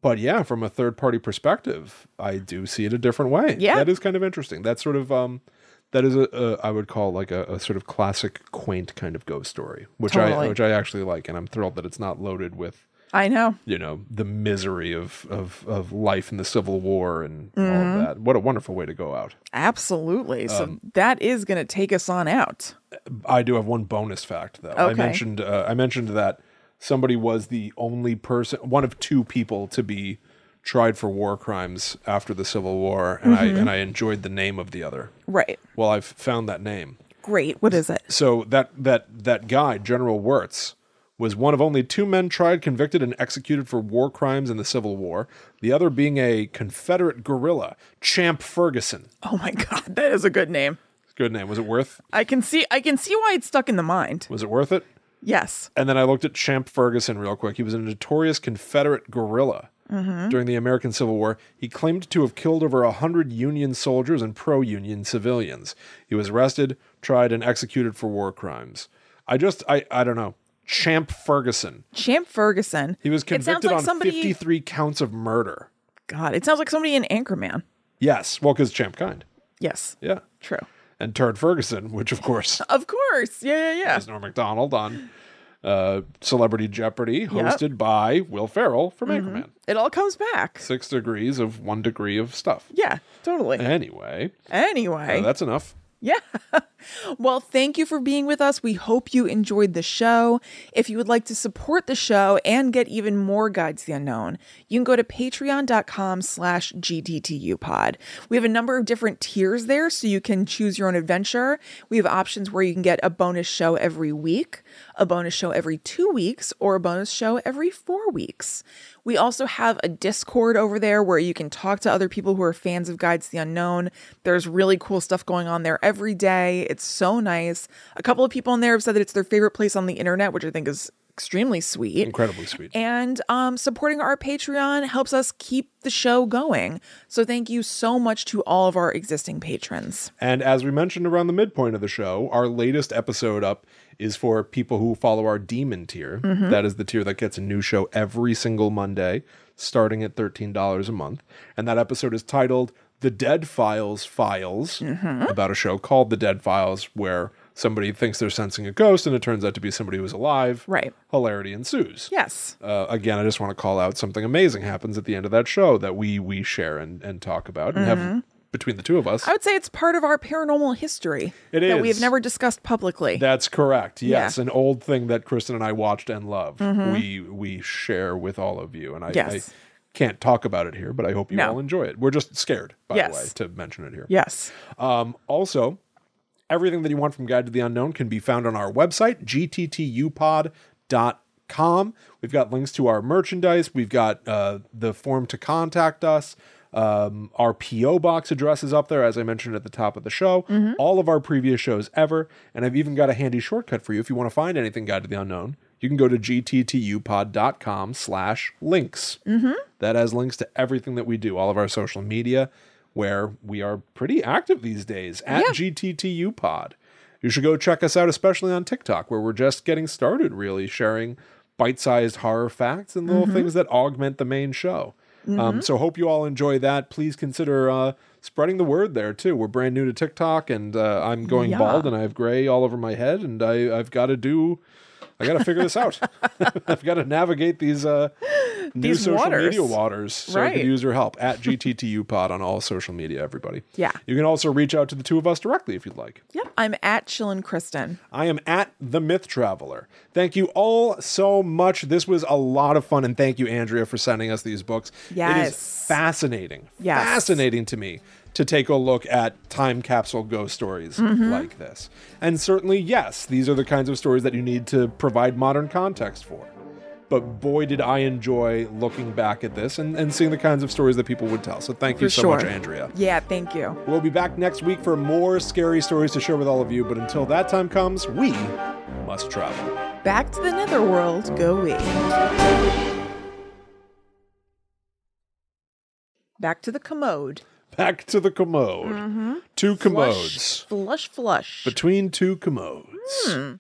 Speaker 2: But yeah, from a third party perspective, I do see it a different way.
Speaker 1: Yeah.
Speaker 2: That is kind of interesting. That's sort of um that is a, a I would call like a, a sort of classic quaint kind of ghost story, which I
Speaker 1: Totally.
Speaker 2: which I actually like and I'm thrilled that it's not loaded with
Speaker 1: I know.
Speaker 2: you know the misery of of of life in the Civil War and all of that. What a wonderful way to go out!
Speaker 1: Absolutely. So
Speaker 2: Um,
Speaker 1: that is going to take us on out.
Speaker 2: I do have one bonus fact though. I
Speaker 1: Okay.
Speaker 2: mentioned uh, I mentioned that somebody was the only person, one of two people to be tried for war crimes after the Civil War, and I and I enjoyed the name of the other.
Speaker 1: Right.
Speaker 2: Well, I've found that name.
Speaker 1: Great. What is it?
Speaker 2: So that that that guy, General Wirtz, was one of only two men tried, convicted, and executed for war crimes in the Civil War. The other being a Confederate guerrilla, Champ Ferguson.
Speaker 1: Oh my god, that is a good name.
Speaker 2: Good name. Was it worth?
Speaker 1: I can see I can see why it's stuck in the mind.
Speaker 2: Was it worth it?
Speaker 1: Yes.
Speaker 2: And then I looked at Champ Ferguson real quick. He was a notorious Confederate guerrilla during the American Civil War. He claimed to have killed over 100 Union soldiers and pro Union civilians. He was arrested, tried, and executed for war crimes. I just, I, I don't know. Champ Ferguson.
Speaker 1: Champ Ferguson.
Speaker 2: He was
Speaker 1: It sounds
Speaker 2: convicted
Speaker 1: like
Speaker 2: on 53 counts of murder.
Speaker 1: God, it sounds like somebody in Anchorman.
Speaker 2: Yes. Well, because Champ Kind.
Speaker 1: Yes.
Speaker 2: Yeah.
Speaker 1: True.
Speaker 2: And Turd Ferguson, which, of course,
Speaker 1: Of course. Yeah, yeah, yeah.
Speaker 2: is Norm MacDonald on uh, Celebrity Jeopardy, hosted by Will Ferrell from
Speaker 1: Mm-hmm.
Speaker 2: Anchorman.
Speaker 1: It all comes back.
Speaker 2: six degrees of one degree of stuff.
Speaker 1: Yeah, totally.
Speaker 2: Anyway,
Speaker 1: Anyway.
Speaker 2: uh, that's enough.
Speaker 1: Yeah. well, thank you for being with us. We hope you enjoyed the show. If you would like to support the show and get even more Guides to the Unknown, you can go to patreon.com slash gttupod. We have a number of different tiers there, so you can choose your own adventure. We have options where you can get a bonus show every week, a bonus show every two weeks, or a bonus show every four weeks. We also have a Discord over there where you can talk to other people who are fans of Guides to the Unknown. There's really cool stuff going on there every day. It's so nice. A couple of people in there have said that it's their favorite place on the internet, which I think is extremely sweet.
Speaker 2: Incredibly sweet.
Speaker 1: And um, supporting our Patreon helps us keep the show going. So thank you so much to all of our existing patrons.
Speaker 2: And as we mentioned around the midpoint of the show, our latest episode up is for people who follow our demon tier. That is the tier that gets a new show every single Monday, starting at $13 a month. And that episode is titled the Dead Files files about a show called The Dead Files, where somebody thinks they're sensing a ghost and it turns out to be somebody who's alive.
Speaker 1: Right.
Speaker 2: Hilarity ensues.
Speaker 1: Yes.
Speaker 2: Uh, again, I just want to call out something amazing happens at the end of that show that we we share and, and talk about and have between the two of us.
Speaker 1: I would say it's part of our paranormal history
Speaker 2: It
Speaker 1: that
Speaker 2: is.
Speaker 1: we have never discussed publicly.
Speaker 2: That's correct. Yes, an old thing that Kristen and I watched and love. We we share with all of you, and I,
Speaker 1: Mm-hmm. Yes.
Speaker 2: I can't talk about it here, but I hope you
Speaker 1: No.
Speaker 2: all enjoy it. We're just scared, by
Speaker 1: Yes.
Speaker 2: the way, to mention it here.
Speaker 1: yes.
Speaker 2: Um, also, everything that you want from Guide to the Unknown can be found on our website, gttupod.com. We've got links to our merchandise. We've got uh, the form to contact us. Um, our P.O. box address is up there, as I mentioned at the top of the show. All of our previous shows ever. And I've even got a handy shortcut for you if you want to find anything Guide to the Unknown. You can go to gttupod.com slash links. That has links to everything that we do, all of our social media, where we are pretty active these days at GTTU Pod. You should go check us out, especially on TikTok, where we're just getting started, really sharing bite sized horror facts and
Speaker 1: Mm-hmm.
Speaker 2: little things that augment the main show. Um, so, hope you all enjoy that. Please consider uh, spreading the word there, too. We're brand new to TikTok, and uh, I'm going
Speaker 1: Yeah.
Speaker 2: bald and I have gray all over my head, and I, I've got to do. I got to figure this out. I've got to navigate these uh, new
Speaker 1: These
Speaker 2: social
Speaker 1: waters.
Speaker 2: media waters. So I
Speaker 1: Right.
Speaker 2: could use your help at GTTU Pod on all social media, everybody.
Speaker 1: Yeah.
Speaker 2: You can also reach out to the two of us directly if you'd like.
Speaker 1: Yep. I'm at Chillin' Kristen.
Speaker 2: I am at the Myth Traveler. Thank you all so much. This was a lot of fun, and thank you, Andrea, for sending us these books. It is
Speaker 1: Yes.
Speaker 2: fascinating,
Speaker 1: Yes.
Speaker 2: fascinating to me to take a look at time capsule ghost stories
Speaker 1: Mm-hmm.
Speaker 2: like this. And certainly, yes, these are the kinds of stories that you need to provide modern context for. But boy, did I enjoy looking back at this and, and seeing the kinds of stories that people would tell. So thank you
Speaker 1: For
Speaker 2: so
Speaker 1: sure.
Speaker 2: much, Andrea.
Speaker 1: Yeah, thank you.
Speaker 2: We'll be back next week for more scary stories to share with all of you, but until that time comes, we must travel.
Speaker 1: Back to the netherworld go we. Back to the commode.
Speaker 2: Back to the commode. Two commodes.
Speaker 1: Flush, flush. flush.
Speaker 2: Between two commodes.